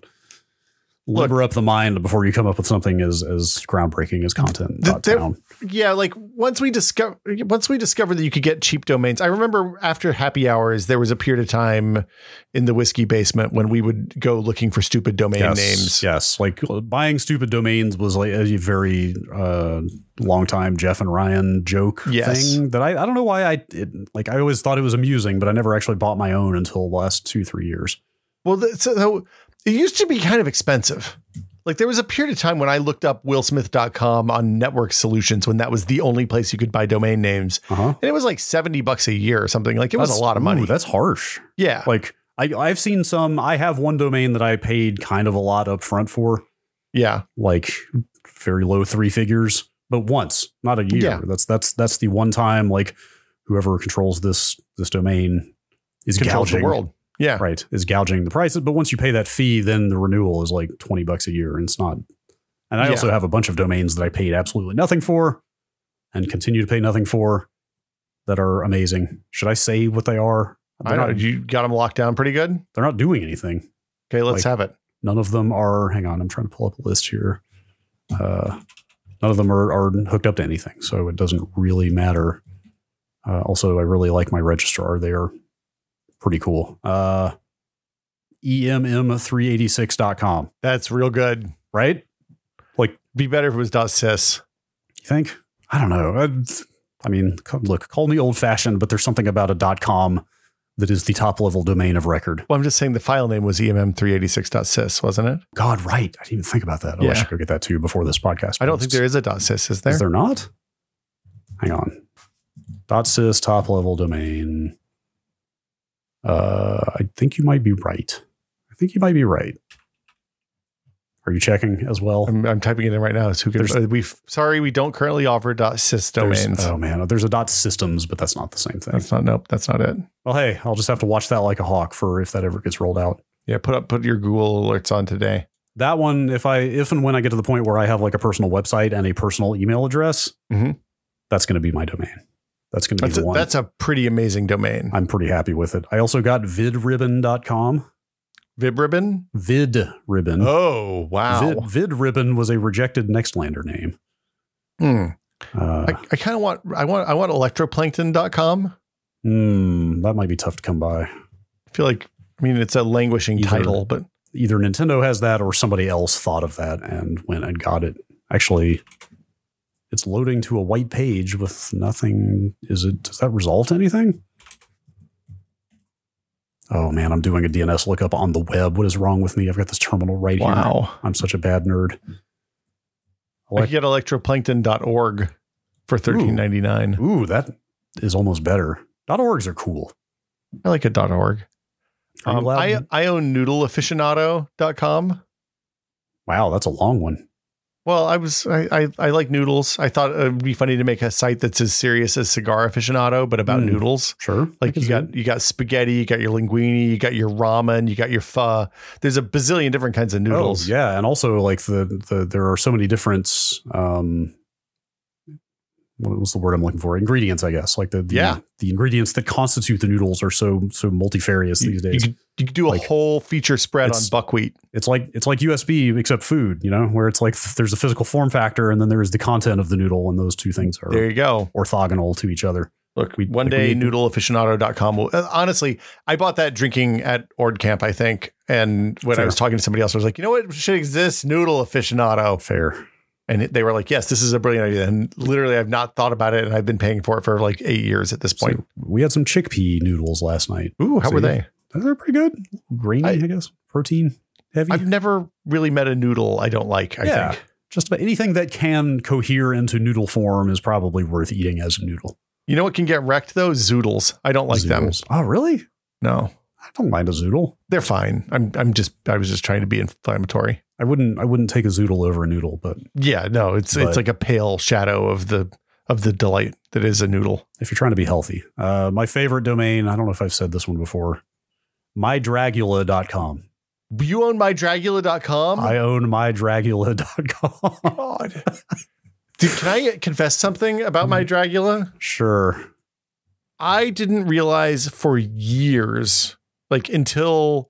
Speaker 2: liber up the mind before you come up with something as as groundbreaking as content.
Speaker 1: Th-
Speaker 2: dot
Speaker 1: there-
Speaker 2: town.
Speaker 1: Yeah, like once we discover once we discovered that you could get cheap domains. I remember after happy hours, there was a period of time in the whiskey basement when we would go looking for stupid domain
Speaker 2: yes,
Speaker 1: names.
Speaker 2: yes. Like uh, buying stupid domains was like a very uh, long time Jeff and Ryan joke
Speaker 1: Yes.
Speaker 2: thing that I I don't know why I it, like I always thought it was amusing, but I never actually bought my own until the last two three years.
Speaker 1: Well, th- so, so it used to be kind of expensive. Like there was a period of time when I looked up willsmith.com on network solutions when that was the only place you could buy domain names.
Speaker 2: Uh huh.
Speaker 1: And it was like 70 bucks a year or something. Like it was a lot of money.
Speaker 2: that's harsh.
Speaker 1: yeah.
Speaker 2: Like. I, I've seen some. I have one domain that I paid kind of a lot up front for,
Speaker 1: Yeah.
Speaker 2: like very low three figures, but once, not a year.
Speaker 1: Yeah.
Speaker 2: That's that's that's the one time like whoever controls this this domain is
Speaker 1: Controls
Speaker 2: gouging
Speaker 1: the world. Yeah.
Speaker 2: right is gouging the prices but once you pay that fee then the renewal is like 20 bucks a year and it's not and i
Speaker 1: Yeah.
Speaker 2: also have a bunch of domains that i paid absolutely nothing for and continue to pay nothing for that are amazing should i say what they are
Speaker 1: I
Speaker 2: they're,
Speaker 1: know.
Speaker 2: not,
Speaker 1: You got them locked down pretty good.
Speaker 2: they're not doing anything
Speaker 1: Okay, let's
Speaker 2: Like-
Speaker 1: have it.
Speaker 2: none of them are hang on i'm trying to pull up a list here uh, none of them are, are hooked up to anything so it doesn't really matter uh, also i really like my registrar they are pretty cool uh, E emm386.com
Speaker 1: That's real good.
Speaker 2: right
Speaker 1: Be better if it was dot cis.
Speaker 2: you think i don't know Uh, i, I mean c- look call me old fashioned but there's something about a dot com that is the top level domain of record
Speaker 1: Well, I'm just saying the file name was E emm386.sys, wasn't it?
Speaker 2: god right i didn't even think about that oh, i
Speaker 1: Yeah.
Speaker 2: should go get that too before this podcast
Speaker 1: I don't
Speaker 2: posts.
Speaker 1: think there is a dot .sys, is there?
Speaker 2: Is there not? Hang on. Dot sys top level domain. Uh, I think you might be right. I think you might be right. Are you checking as well?
Speaker 1: I'm, I'm typing it in right now. So who
Speaker 2: There's-
Speaker 1: can, uh, we sorry, we don't currently offer dot .sys
Speaker 2: There's-
Speaker 1: domains.
Speaker 2: oh man, there's a dot systems, but that's not the same thing.
Speaker 1: That's not nope. That's not it.
Speaker 2: Well, hey, I'll just have to watch that like a hawk for if that ever gets rolled out.
Speaker 1: Yeah, put up put your Google alerts on today.
Speaker 2: That one, if I if and when I get to the point where I have like a personal website and a personal email address,
Speaker 1: Mhm.
Speaker 2: that's going to be my domain. That's going to be
Speaker 1: That's
Speaker 2: the
Speaker 1: a,
Speaker 2: one.
Speaker 1: that's a pretty amazing domain.
Speaker 2: I'm pretty happy with it. I also got vidribbon.com.
Speaker 1: Vibribbon.
Speaker 2: Vid Ribbon.
Speaker 1: Oh wow.
Speaker 2: Vid, Vid Ribbon was a rejected Nextlander name.
Speaker 1: Hmm.
Speaker 2: Uh,
Speaker 1: I, I kind of want I want I want electroplankton.com.
Speaker 2: hmm, that might be tough to come by.
Speaker 1: I feel like I mean it's a languishing
Speaker 2: Either.
Speaker 1: title, but
Speaker 2: Either Nintendo has that or somebody else thought of that and went and got it. Actually, it's loading to a white page with nothing. Is it? Does that resolve to anything? Oh man, I'm doing a DNS lookup on the web. What is wrong with me? I've got this terminal right here.
Speaker 1: wow.
Speaker 2: I'm such a bad nerd.
Speaker 1: I could get electroplankton.org for thirteen ninety nine.
Speaker 2: Ooh, that is almost better. Dot orgs are cool.
Speaker 1: I like a dot .org.
Speaker 2: Are you
Speaker 1: Um,
Speaker 2: allowed-
Speaker 1: I I own noodleaficionado.com.
Speaker 2: wow, that's a long one.
Speaker 1: Well, I was I, I I like noodles. I thought it would be funny to make a site that's as serious as Cigar Aficionado, but about
Speaker 2: Hmm.
Speaker 1: noodles.
Speaker 2: Sure.
Speaker 1: Like you got you got spaghetti, you got your linguine, you got your ramen, you got your pho. There's a bazillion different kinds
Speaker 2: Oh,
Speaker 1: of noodles.
Speaker 2: noodles. yeah, and also like the the there are so many different um what was the word I'm looking for? Ingredients, I guess. Like the, the
Speaker 1: Yeah.
Speaker 2: the ingredients that constitute the noodles are so so multifarious
Speaker 1: You-
Speaker 2: these
Speaker 1: You
Speaker 2: days.
Speaker 1: could, you could do a
Speaker 2: Like,
Speaker 1: whole feature spread on
Speaker 2: it's-
Speaker 1: buckwheat.
Speaker 2: it's like it's like USB except food, you know, where it's like there's a physical form factor and then there is the content of the noodle, and those two things are
Speaker 1: There you go.
Speaker 2: orthogonal to each other.
Speaker 1: Look,
Speaker 2: we-
Speaker 1: one
Speaker 2: like, we
Speaker 1: day
Speaker 2: need-
Speaker 1: noodleaficionado.com will uh, honestly, I bought that drinking at Ord Camp, I think. And when I
Speaker 2: Fair.
Speaker 1: was talking to somebody else, I was like, you know what should exist? Noodle aficionado.
Speaker 2: Fair.
Speaker 1: And it- they were like, yes, this is a brilliant idea. And literally, I've not thought about it. And I've been paying for it for like eight years at this
Speaker 2: So
Speaker 1: point.
Speaker 2: we had some chickpea noodles last night.
Speaker 1: Ooh, how
Speaker 2: so
Speaker 1: were
Speaker 2: you-
Speaker 1: they?
Speaker 2: They're pretty good. Grainy,
Speaker 1: I-
Speaker 2: I, guess. Protein heavy.
Speaker 1: I've never really met a noodle I don't like, I
Speaker 2: Yeah.
Speaker 1: think.
Speaker 2: Just about anything that can cohere into noodle form is probably worth eating as a noodle.
Speaker 1: You know what can get wrecked though? Zoodles. I don't like them.
Speaker 2: Zoodles. Oh, really?
Speaker 1: No,
Speaker 2: I don't mind a zoodle.
Speaker 1: they're fine. I'm, I'm just, I was just trying to be inflammatory.
Speaker 2: I wouldn't. I wouldn't take a zoodle over a noodle, but
Speaker 1: Yeah, no, it's, it's
Speaker 2: But-
Speaker 1: like a pale shadow of the, of the delight that is a noodle.
Speaker 2: if you're trying to be healthy, uh, my favorite domain. I don't know if I've said this one before. MyDragula.com.
Speaker 1: You own mydragula.com?
Speaker 2: I own MyDragula.com.
Speaker 1: Um, God. Dude, can I confess something about my
Speaker 2: Mm-hmm.
Speaker 1: Dragula?
Speaker 2: [LAUGHS] sure.
Speaker 1: I didn't realize for years, like until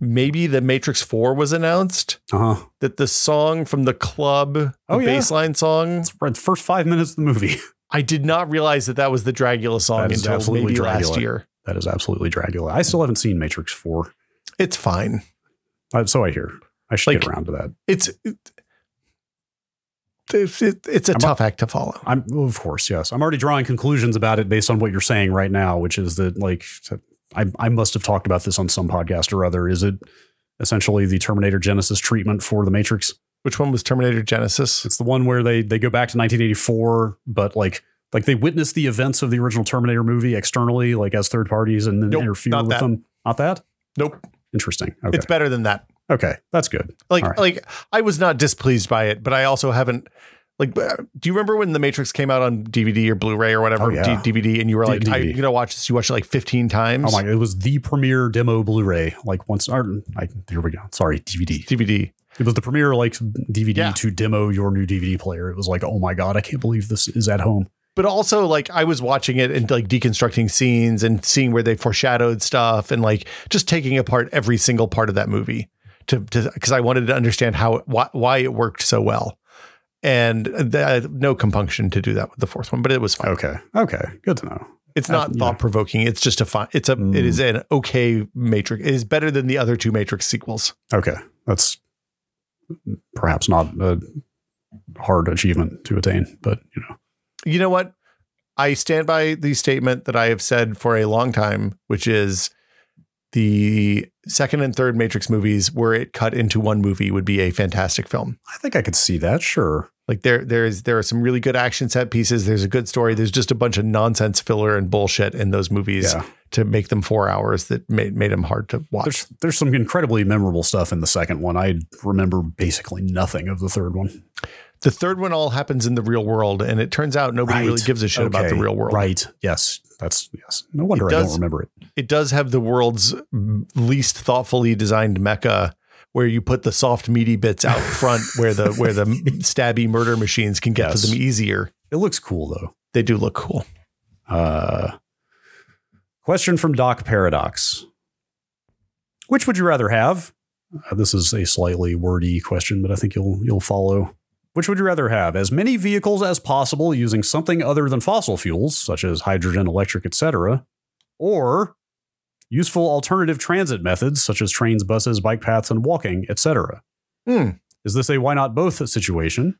Speaker 1: maybe the Matrix 4 was announced,
Speaker 2: Uh huh.
Speaker 1: that the song from the club, the
Speaker 2: Oh, yeah.
Speaker 1: baseline song,
Speaker 2: It's right, the first five minutes of the movie.
Speaker 1: I did not realize that that was the Dragula song
Speaker 2: That is
Speaker 1: until
Speaker 2: absolutely
Speaker 1: maybe last
Speaker 2: Dragula.
Speaker 1: year.
Speaker 2: That is absolutely Dragula. I still haven't seen Matrix Four,
Speaker 1: It's fine.
Speaker 2: Uh, so I hear. I should get
Speaker 1: Like-
Speaker 2: around to that.
Speaker 1: It's it, it's it- it's a
Speaker 2: I'm a-
Speaker 1: tough act to follow.
Speaker 2: I'm of course, yes. I'm already drawing conclusions about it based on what you're saying right now, which is that like I I must have talked about this on some podcast or other. Is it essentially the Terminator Genesis treatment for the Matrix?
Speaker 1: Which one was Terminator Genesis?
Speaker 2: It's the one where they they go back to 1984, but like like they witness the events of the original Terminator movie externally, like as third parties, and then
Speaker 1: Nope,
Speaker 2: interfere
Speaker 1: not
Speaker 2: with
Speaker 1: that.
Speaker 2: them. Not that
Speaker 1: Nope,
Speaker 2: interesting. Okay,
Speaker 1: it's better than that.
Speaker 2: okay, that's good.
Speaker 1: Like
Speaker 2: All right.
Speaker 1: like I was not displeased by it, but I also haven't Like, do you remember when The Matrix came out on DVD or Blu-ray or whatever
Speaker 2: Oh, yeah.
Speaker 1: D- DVD, and you were
Speaker 2: D-
Speaker 1: like, I,
Speaker 2: DVD.
Speaker 1: "You gotta watch this." You watched it like fifteen times.
Speaker 2: Oh my! It was the premiere demo Blu-ray. Like once, or, I, here we go. Sorry, DVD.
Speaker 1: DVD.
Speaker 2: It was the premiere like DVD
Speaker 1: Yeah.
Speaker 2: to demo your new DVD player. It was like, oh my god, I can't believe this is at home.
Speaker 1: But also, like, I was watching it and like deconstructing scenes and seeing where they foreshadowed stuff and like just taking apart every single part of that movie to because I wanted to understand how why, why it worked so well. And uh, th- no compunction to do that with the fourth one, but it was fine.
Speaker 2: Okay, okay, good to know.
Speaker 1: It's
Speaker 2: Uh,
Speaker 1: not
Speaker 2: yeah.
Speaker 1: thought provoking. It's just a fine. It's a. It
Speaker 2: Mm.
Speaker 1: is an okay Matrix. It is better than the other two Matrix sequels.
Speaker 2: Okay, that's perhaps not a hard achievement to attain, but you know,
Speaker 1: You know what? I stand by the statement that I have said for a long time, which is the second and third Matrix movies, were it cut into one movie, would be a fantastic film.
Speaker 2: I think I could see that. Sure.
Speaker 1: Like there, there is there are some really good action set pieces. There's a good story. There's just a bunch of nonsense filler and bullshit in those movies
Speaker 2: Yeah.
Speaker 1: to make them four hours that made made them hard to watch.
Speaker 2: There's there's some incredibly memorable stuff in the second one. I remember basically nothing of the third one.
Speaker 1: the third one all happens in the real world, and it turns out nobody
Speaker 2: Right.
Speaker 1: really gives a shit about the
Speaker 2: Okay,
Speaker 1: real world.
Speaker 2: Right. Yes. That's yes. No wonder I
Speaker 1: does-
Speaker 2: don't remember it.
Speaker 1: it does have the world's least thoughtfully designed mecha where you put the soft meaty bits
Speaker 2: [LAUGHS]
Speaker 1: out front where the where the stabby murder machines can get
Speaker 2: Yes.
Speaker 1: to them easier
Speaker 2: It looks cool though.
Speaker 1: they do look cool
Speaker 2: Uh, question from Doc Paradox: Which would you rather have? Uh, this is a slightly wordy question, but I think you'll you'll follow. Which would you rather have? As many vehicles as possible using something other than fossil fuels, such as hydrogen, electric, etc., or useful alternative transit methods such as trains, buses, bike paths, and walking, etc.
Speaker 1: Hmm.
Speaker 2: Is this a why not both situation?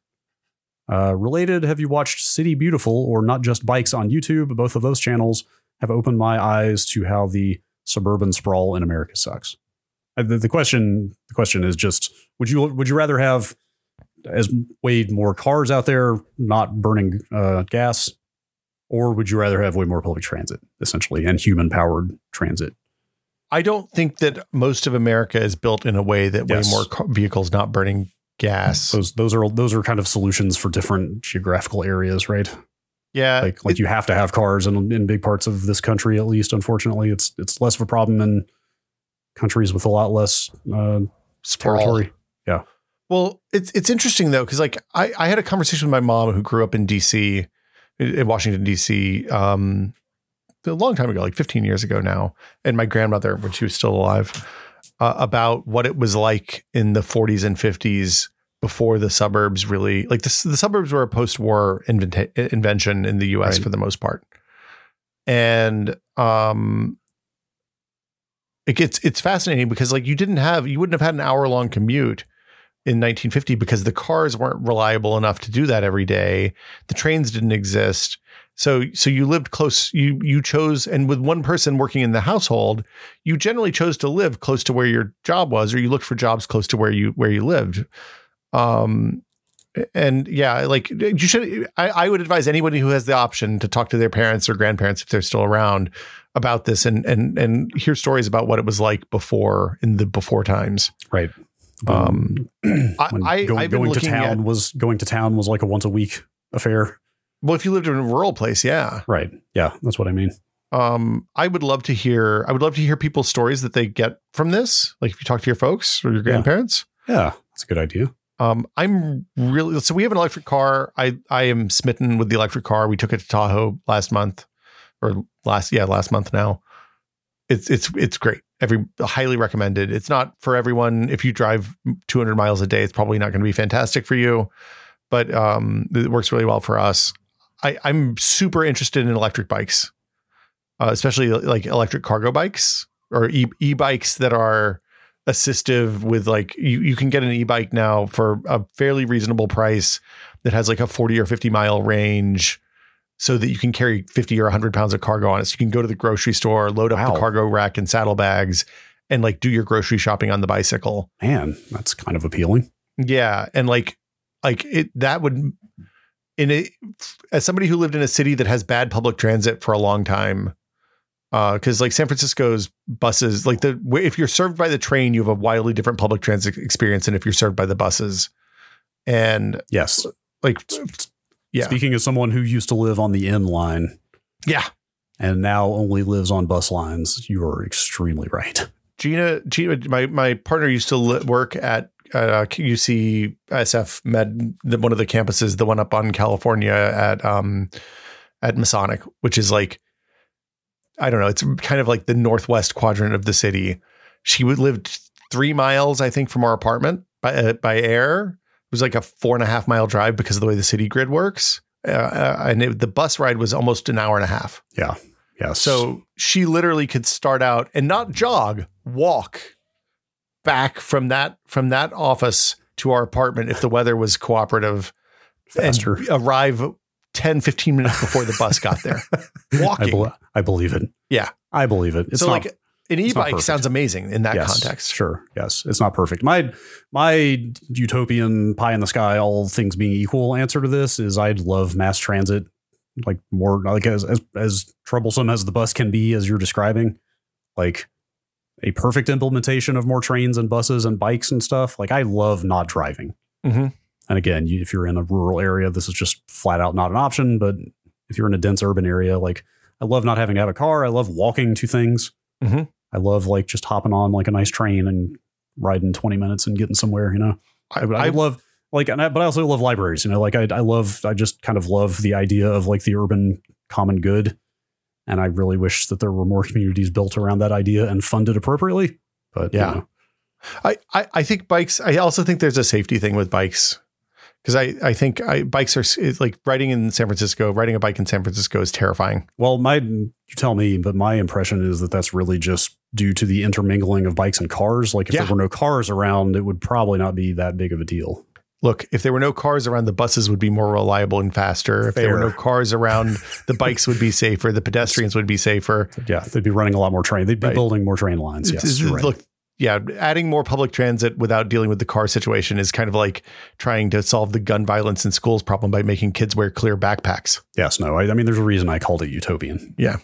Speaker 2: Uh, related, have you watched City Beautiful or Not Just Bikes on YouTube? Both of those channels have opened my eyes to how the suburban sprawl in America sucks. Uh, The, the question, the question is just: Would you would you rather have as way more cars out there not burning uh, gas, or would you rather have way more public transit, essentially, and human powered transit?
Speaker 1: i don't think that most of america is built in a way that
Speaker 2: Yes.
Speaker 1: way more car- vehicles not burning gas
Speaker 2: Those those are those are kind of solutions for different geographical areas, right?
Speaker 1: yeah
Speaker 2: like
Speaker 1: Uh,
Speaker 2: like
Speaker 1: it-
Speaker 2: you have to have cars in, in big parts of this country at least unfortunately it's it's less of a problem in countries with a lot less uh,
Speaker 1: sprawl.
Speaker 2: territory
Speaker 1: Well, it's it's interesting though because like I I had a conversation with my mom who grew up in D.C. in in Washington D.C. um a long time ago, like 15 years ago now, and my grandmother when she was still alive uh, about what it was like in the 40s and 50s before the suburbs really like the, s- the suburbs were a post-war inventa- invention in the U.S.
Speaker 2: Right.
Speaker 1: for the most part, and um it gets it's fascinating because like you didn't have you wouldn't have had an hour long commute in 1950 because the cars weren't reliable enough to do that every day the trains didn't exist so so you lived close you you chose and with one person working in the household you generally chose to live close to where your job was or you looked for jobs close to where you where you lived um and yeah like you should i, I would advise anybody who has the option to talk to their parents or grandparents if they're still around about this and and and hear stories about what it was like before in the before times
Speaker 2: right
Speaker 1: um [CLEARS THROAT] I- I-
Speaker 2: going,
Speaker 1: I've been
Speaker 2: going to
Speaker 1: looking
Speaker 2: town
Speaker 1: at-
Speaker 2: was going to town was like a once a week affair
Speaker 1: well if you lived in a rural place yeah
Speaker 2: right yeah that's what i mean
Speaker 1: um i would love to hear i would love to hear people's stories that they get from this like if you talk to your folks or your grandparents
Speaker 2: yeah that's a good idea
Speaker 1: Um, I'm really so we have an electric car. I I am smitten with the electric car. We took it to Tahoe last month, or last yeah last month now. It's it's it's great. Every highly recommended. It's not for everyone. If you drive 200 miles a day, it's probably not going to be fantastic for you, but um, it works really well for us. I I'm super interested in electric bikes, uh, especially like electric cargo bikes or e e bikes that are assistive with like you, you can get an e-bike now for a fairly reasonable price that has like a 40 or 50 mile range so that you can carry 50 or 100 pounds of cargo on it so you can go to the grocery store load up
Speaker 2: Wow.
Speaker 1: the cargo rack and saddlebags and like do your grocery shopping on the bicycle
Speaker 2: man that's kind of appealing
Speaker 1: yeah, and like like it that would in a as somebody who lived in a city that has bad public transit for a long time uh cuz like San Francisco's buses like the wh- if you're served by the train you have a wildly different public transit experience than if you're served by the buses and
Speaker 2: yes
Speaker 1: Like,
Speaker 2: S-
Speaker 1: yeah,
Speaker 2: Speaking as someone who used to live on the M line
Speaker 1: yeah.
Speaker 2: and now only lives on bus lines, you are extremely right.
Speaker 1: Gina, Gina, my my partner used to li- work at uh, UC SF Med, the, one of the campuses, the one up on California at um at Masonic, which is like I don't know, it's kind of like the northwest quadrant of the city. She would lived three miles, I think, from our apartment by uh, by air. It was like a four and a half mile drive because of the way the city grid works, uh, uh, and it, the bus ride was almost an hour and a half.
Speaker 2: Yes.
Speaker 1: So she literally could start out and not jog, walk back from that from that office to our apartment if the weather was cooperative
Speaker 2: faster.
Speaker 1: and arrive 10 15 minutes before the bus got there.
Speaker 2: [LAUGHS] I,
Speaker 1: Walking.
Speaker 2: bel I believe it.
Speaker 1: Yeah.
Speaker 2: I believe it. It's
Speaker 1: so
Speaker 2: not
Speaker 1: like an
Speaker 2: it's not
Speaker 1: e-bike
Speaker 2: perfect.
Speaker 1: sounds amazing in that
Speaker 2: yes,
Speaker 1: context.
Speaker 2: Sure. Yes. It's not perfect. My my utopian pie in the sky, all things being equal answer to this is I'd love mass transit like more like as as, as troublesome as the bus can be as you're describing. Like a perfect implementation of more trains and buses and bikes and stuff. Like I love not driving.
Speaker 1: Mhm.
Speaker 2: And again, you, if you're in a rural area, this is just flat out not an option. But if you're in a dense urban area, like I love not having to have a car. I love walking to things.
Speaker 1: Mhm.
Speaker 2: I love like just hopping on like a nice train and riding 20 minutes and getting somewhere, you know? I, I,
Speaker 1: I-
Speaker 2: love like, and I, but I also love libraries, you know, like I, I love, I just kind of love the idea of like the urban common good. And I really wish that there were more communities built around that idea and funded appropriately. But
Speaker 1: Yeah.
Speaker 2: you know,
Speaker 1: I, I I think bikes I also think there's a safety thing with bikes. Cuz I I think I bikes are s- it's like riding in San Francisco, riding a bike in San Francisco is terrifying.
Speaker 2: well, my, you tell me, but my impression is that that's really just due to the intermingling of bikes and cars. Like if
Speaker 1: Yeah.
Speaker 2: there were no cars around, it would probably not be that big of a deal.
Speaker 1: Look, if there were no cars around, the buses would be more reliable and faster. If there were
Speaker 2: Fair.
Speaker 1: no cars around,
Speaker 2: [LAUGHS]
Speaker 1: the bikes would be safer. The pedestrians would be safer.
Speaker 2: Yeah, they'd be running a lot more train. They'd be
Speaker 1: Right.
Speaker 2: building more train lines.
Speaker 1: It's-
Speaker 2: Yes,
Speaker 1: it's-
Speaker 2: you're right.
Speaker 1: Look, yeah, adding more public transit without dealing with the car situation is kind of like trying to solve the gun violence in schools problem by making kids wear clear backpacks.
Speaker 2: yes, no. I, I mean, there's a reason I called it utopian.
Speaker 1: Yeah.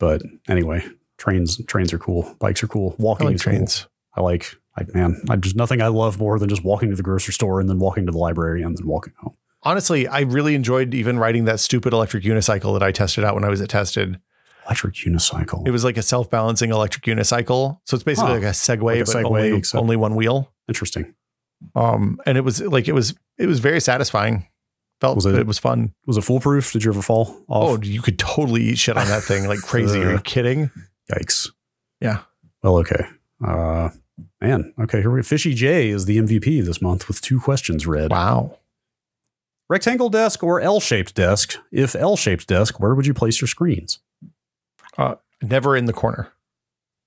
Speaker 2: but anyway, trains trains are cool. Bikes are cool.
Speaker 1: I
Speaker 2: Walking
Speaker 1: like
Speaker 2: is cool.
Speaker 1: trains.
Speaker 2: I like. I man, I just nothing I love more than just walking to the grocery store and then walking to the library and then walking home.
Speaker 1: Honestly, I really enjoyed even riding that stupid electric unicycle that I tested out when I was at Tested.
Speaker 2: Electric unicycle.
Speaker 1: It was like a self balancing electric unicycle. So it's basically
Speaker 2: Huh.
Speaker 1: like a Segway,
Speaker 2: Like a
Speaker 1: but
Speaker 2: Segway,
Speaker 1: only,
Speaker 2: except-
Speaker 1: only one wheel.
Speaker 2: Interesting.
Speaker 1: um and it was like it was it was very satisfying felt
Speaker 2: Was
Speaker 1: it,
Speaker 2: it-
Speaker 1: was fun
Speaker 2: Was it foolproof? Did you ever fall
Speaker 1: oh
Speaker 2: off?
Speaker 1: you could totally eat shit on that thing
Speaker 2: [LAUGHS]
Speaker 1: like crazy are you
Speaker 2: Ugh.
Speaker 1: kidding
Speaker 2: yikes!
Speaker 1: Oh, Yeah.
Speaker 2: Well, okay. Uh, man. Okay. Here we go. Fishy J is the MVP this month with two questions read.
Speaker 1: wow
Speaker 2: Rectangle desk or L shaped desk? If L shaped desk, where would you place your screens?
Speaker 1: never in the corner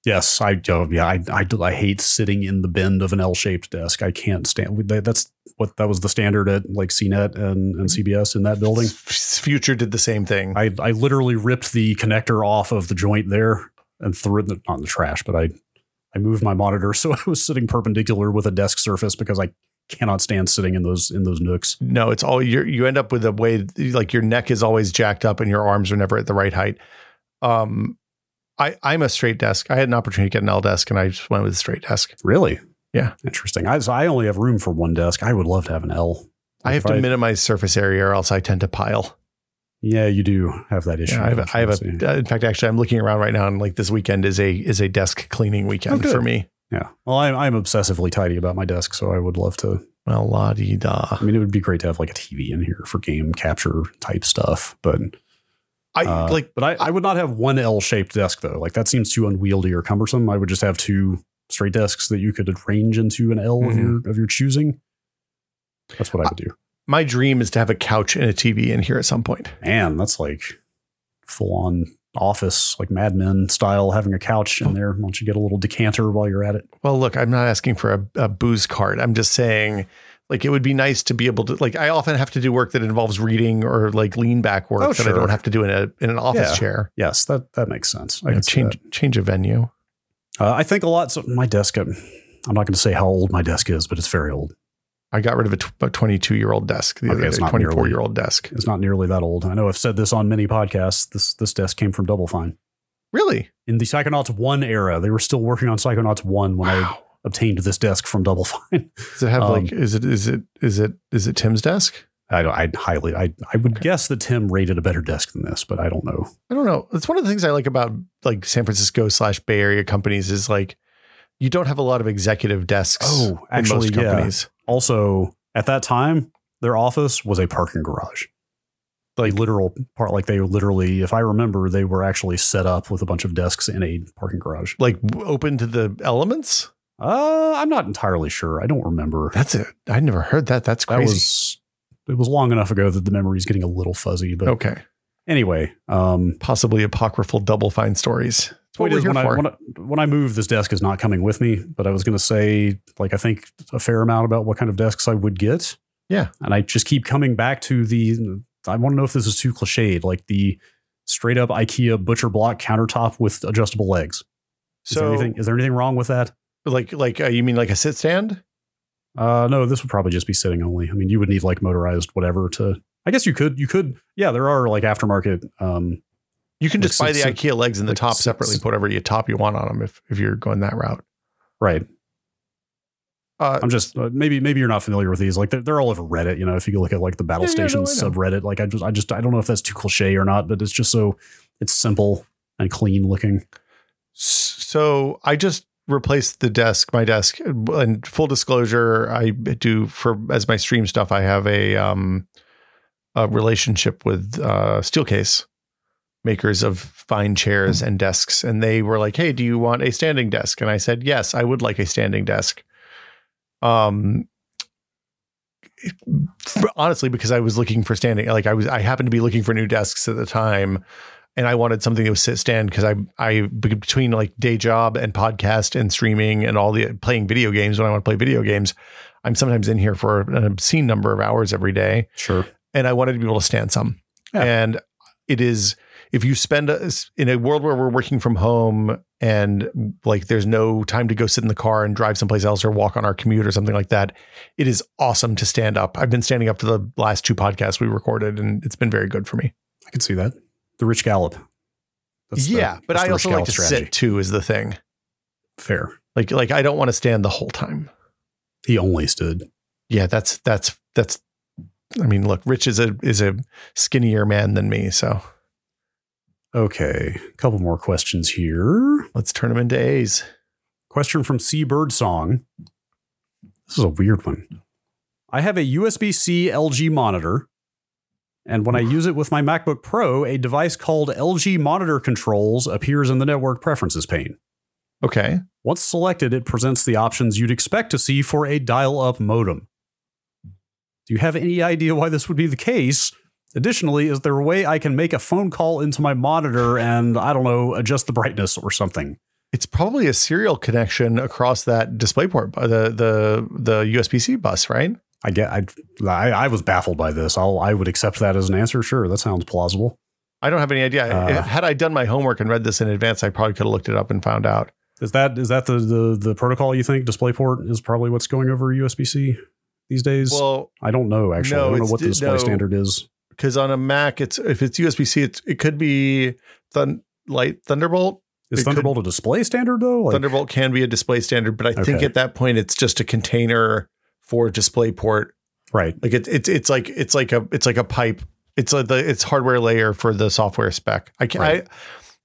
Speaker 2: Yes, I oh, yeah, I, I do- I hate sitting in the bend of an L shaped desk. I can't stand. that- That's what that was the standard at like CNET and,
Speaker 1: Mm-hmm.
Speaker 2: and CBS in that building.
Speaker 1: future did the same thing
Speaker 2: I I literally ripped the connector off of the joint there and threw it in the, not in the trash, but I I moved my monitor [LAUGHS] so I was sitting perpendicular with a desk surface because I cannot stand sitting in those in those nooks.
Speaker 1: no it's all you you end up with a way like your neck is always jacked up and your arms are never at the right height um i i'm a straight desk i had an opportunity to get an l desk and i just went with a straight desk
Speaker 2: Really?
Speaker 1: Yeah.
Speaker 2: Interesting. I so I only have room for one desk. I would love to have an L.
Speaker 1: i have
Speaker 2: If
Speaker 1: to minimize surface area or else i tend to pile
Speaker 2: Yeah, you do have that issue.
Speaker 1: Yeah, I have, a, I have
Speaker 2: Yeah.
Speaker 1: a. In fact, actually, I'm looking around right now, and like this weekend is a is a desk cleaning weekend
Speaker 2: Oh, good.
Speaker 1: for me.
Speaker 2: Yeah. Well, I'm, I'm obsessively tidy about my desk, so I would love to.
Speaker 1: Well, la di da.
Speaker 2: I mean, it would be great to have like a TV in here for game capture type stuff, but
Speaker 1: I
Speaker 2: uh,
Speaker 1: like
Speaker 2: but I, I would not have one L-shaped desk though. Like that seems too unwieldy or cumbersome. I would just have two straight desks that you could arrange into an L of
Speaker 1: Mhm.
Speaker 2: your of your choosing. That's what I would do.
Speaker 1: my dream is to have a couch and a TV in here at some point.
Speaker 2: Man, that's like full on office, like Mad Men style, having a couch in there. Why don't you get a little decanter while you're at it?
Speaker 1: Well, look, I'm not asking for a, a booze cart. I'm just saying, like, it would be nice to be able to like. I often have to do work that involves reading or like lean back work
Speaker 2: Oh,
Speaker 1: that I
Speaker 2: sure.
Speaker 1: don't have to do in a in an office
Speaker 2: Yeah.
Speaker 1: chair.
Speaker 2: Yes, that that makes sense. I
Speaker 1: You know,
Speaker 2: can see that.
Speaker 1: change change of venue.
Speaker 2: Uh, I think a lot. So my desk. I'm, I'm not going to say how old my desk is, but it's very old.
Speaker 1: I got rid of a tw- a 22 year old desk the
Speaker 2: Okay,
Speaker 1: other
Speaker 2: it's
Speaker 1: day,
Speaker 2: not nearly-
Speaker 1: 24 year old desk.
Speaker 2: It's not nearly that old. I know I've said this on many podcasts. This this desk came from Double Fine
Speaker 1: Really?
Speaker 2: in the Psychonauts One era. They were still working on Psychonauts One when I
Speaker 1: Wow.
Speaker 2: obtained this desk from Double Fine. [LAUGHS]
Speaker 1: Does it have
Speaker 2: Um,
Speaker 1: like? Is it is it is it is it Tim's desk?
Speaker 2: I don't. I highly. I I would
Speaker 1: Okay.
Speaker 2: guess that Tim rated a better desk than this, but I don't know.
Speaker 1: I don't know. It's one of the things I like about like San Francisco slash Bay Area companies is like you don't have a lot of executive desks
Speaker 2: Oh, actually,
Speaker 1: in most
Speaker 2: yeah.
Speaker 1: companies.
Speaker 2: Also, at that time, their office was a parking garage. Like literal part, like they literally, if I remember, they were actually set up with a bunch of desks in a parking garage.
Speaker 1: Like w- open to the elements.
Speaker 2: Uh, I'm not entirely sure. I don't remember.
Speaker 1: That's it. I never heard that. That's
Speaker 2: That
Speaker 1: crazy.
Speaker 2: was it was long enough ago that the memory's getting a little fuzzy. But
Speaker 1: okay.
Speaker 2: anyway, um,
Speaker 1: Possibly apocryphal double fine stories. That's what
Speaker 2: Point
Speaker 1: we're
Speaker 2: is,
Speaker 1: here
Speaker 2: when I,
Speaker 1: for.
Speaker 2: when I when I move, this desk is not coming with me. But I was going to say, like, I think a fair amount about what kind of desks I would get.
Speaker 1: Yeah.
Speaker 2: and I just keep coming back to the. I want to know if this is too cliched, like the straight up IKEA butcher block countertop with adjustable legs. Is there
Speaker 1: so,
Speaker 2: anything is there anything wrong with that?
Speaker 1: like, like uh, you mean like a sit stand?
Speaker 2: Uh, no, this would probably just be sitting only. I mean, you would need like motorized whatever to. I guess you could. You could. Yeah, there are like aftermarket. Um,
Speaker 1: You can
Speaker 2: Like
Speaker 1: just buy the
Speaker 2: sit- sit-
Speaker 1: IKEA legs and the
Speaker 2: like
Speaker 1: top
Speaker 2: sit-
Speaker 1: separately.
Speaker 2: sit-
Speaker 1: Put whatever you top you want on them if if you're going that route.
Speaker 2: right.
Speaker 1: Uh,
Speaker 2: I'm just uh, maybe maybe you're not familiar with these. Like they're, they're all over Reddit. You know, if you look at like the battle
Speaker 1: Yeah, yeah, no,
Speaker 2: station
Speaker 1: I know.
Speaker 2: subreddit, like I just I just I don't know if that's too cliche or not, but it's just so it's simple and clean looking.
Speaker 1: So I just replaced the desk, my desk. And full disclosure, I do for as my stream stuff. I have a um a relationship with uh, Steelcase, makers of fine chairs and desks, and they were like, "Hey, do you want a standing desk?" And I said, "Yes, I would like a standing desk." Um. Honestly, because I was looking for standing, like I was, I happened to be looking for new desks at the time, and I wanted something that was sit stand because I I between like day job and podcast and streaming and all the playing video games when I want to play video games, I'm sometimes in here for an obscene number of hours every day,
Speaker 2: Sure.
Speaker 1: and I wanted to be able to stand some.
Speaker 2: Yeah.
Speaker 1: And it is if you spend a, in a world where we're working from home and like there's no time to go sit in the car and drive someplace else or walk on our commute or something like that, it is awesome to stand up. I've been standing up for the last two podcasts we recorded, and it's been very good for me.
Speaker 2: I can see that. The Rich Gallop. the-
Speaker 1: yeah, but
Speaker 2: that's
Speaker 1: I
Speaker 2: the Rich
Speaker 1: also like
Speaker 2: Gallop
Speaker 1: to sit too. Is the thing
Speaker 2: Fair.
Speaker 1: like like I don't want to stand the whole time.
Speaker 2: He only stood.
Speaker 1: Yeah, that's that's that's. I mean, look, Rich is a is a skinnier man than me, so
Speaker 2: Okay. A couple more questions here.
Speaker 1: let's turn him into A's.
Speaker 2: Question from C Birdsong. This is a weird one. I have a USB C LG monitor, and when I use it with my MacBook Pro, a device called LG Monitor Controls appears in the network preferences pane.
Speaker 1: Okay,
Speaker 2: Once selected, it presents the options you'd expect to see for a dial up modem. Do you have any idea why this would be the case? Additionally, is there a way I can make a phone call into my monitor and, I don't know, adjust the brightness or something?
Speaker 1: it's probably a serial connection across that display port, bu- the the the USB C bus, right?
Speaker 2: I get. I, I I was baffled by this. I'll I would accept that as an answer. Sure, that sounds plausible.
Speaker 1: I don't have any idea.
Speaker 2: Uh.
Speaker 1: Had I done my homework and read this in advance, I probably could have looked it up and found out.
Speaker 2: Is that is that the the the protocol you think DisplayPort is probably what's going over USB C these days?
Speaker 1: Well,
Speaker 2: I don't know actually.
Speaker 1: no,
Speaker 2: I don't know
Speaker 1: it's
Speaker 2: what the
Speaker 1: di-
Speaker 2: display
Speaker 1: no.
Speaker 2: standard is.
Speaker 1: because on a Mac, it's if it's USB C, it's it could be thun, light Thunderbolt
Speaker 2: Is
Speaker 1: It could-
Speaker 2: Thunderbolt a display standard though? Like,
Speaker 1: Thunderbolt can be a display standard, but I think
Speaker 2: Okay.
Speaker 1: at that point it's just a container for DisplayPort.
Speaker 2: right.
Speaker 1: Like it's it's it's like it's like a it's like a pipe. It's like the it's hardware layer for the software spec. I can
Speaker 2: Right.
Speaker 1: I,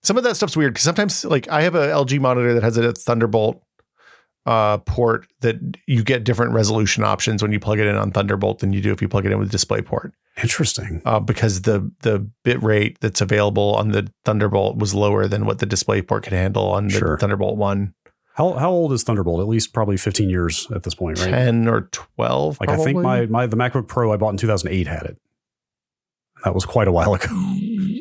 Speaker 1: some of that stuff's weird because sometimes like I have a LG monitor that has a Thunderbolt uh port that you get different resolution options when you plug it in on Thunderbolt than you do if you plug it in with DisplayPort
Speaker 2: Interesting.
Speaker 1: uh, because the the bit rate that's available on the Thunderbolt was lower than what the DisplayPort could handle on the
Speaker 2: Sure.
Speaker 1: Thunderbolt one.
Speaker 2: How how old is Thunderbolt? At least probably fifteen years at this point, right?
Speaker 1: 10 or 12
Speaker 2: Like I think
Speaker 1: [LAUGHS]
Speaker 2: my
Speaker 1: probably.
Speaker 2: my the MacBook Pro I bought in two thousand eight had it. That was quite a while ago.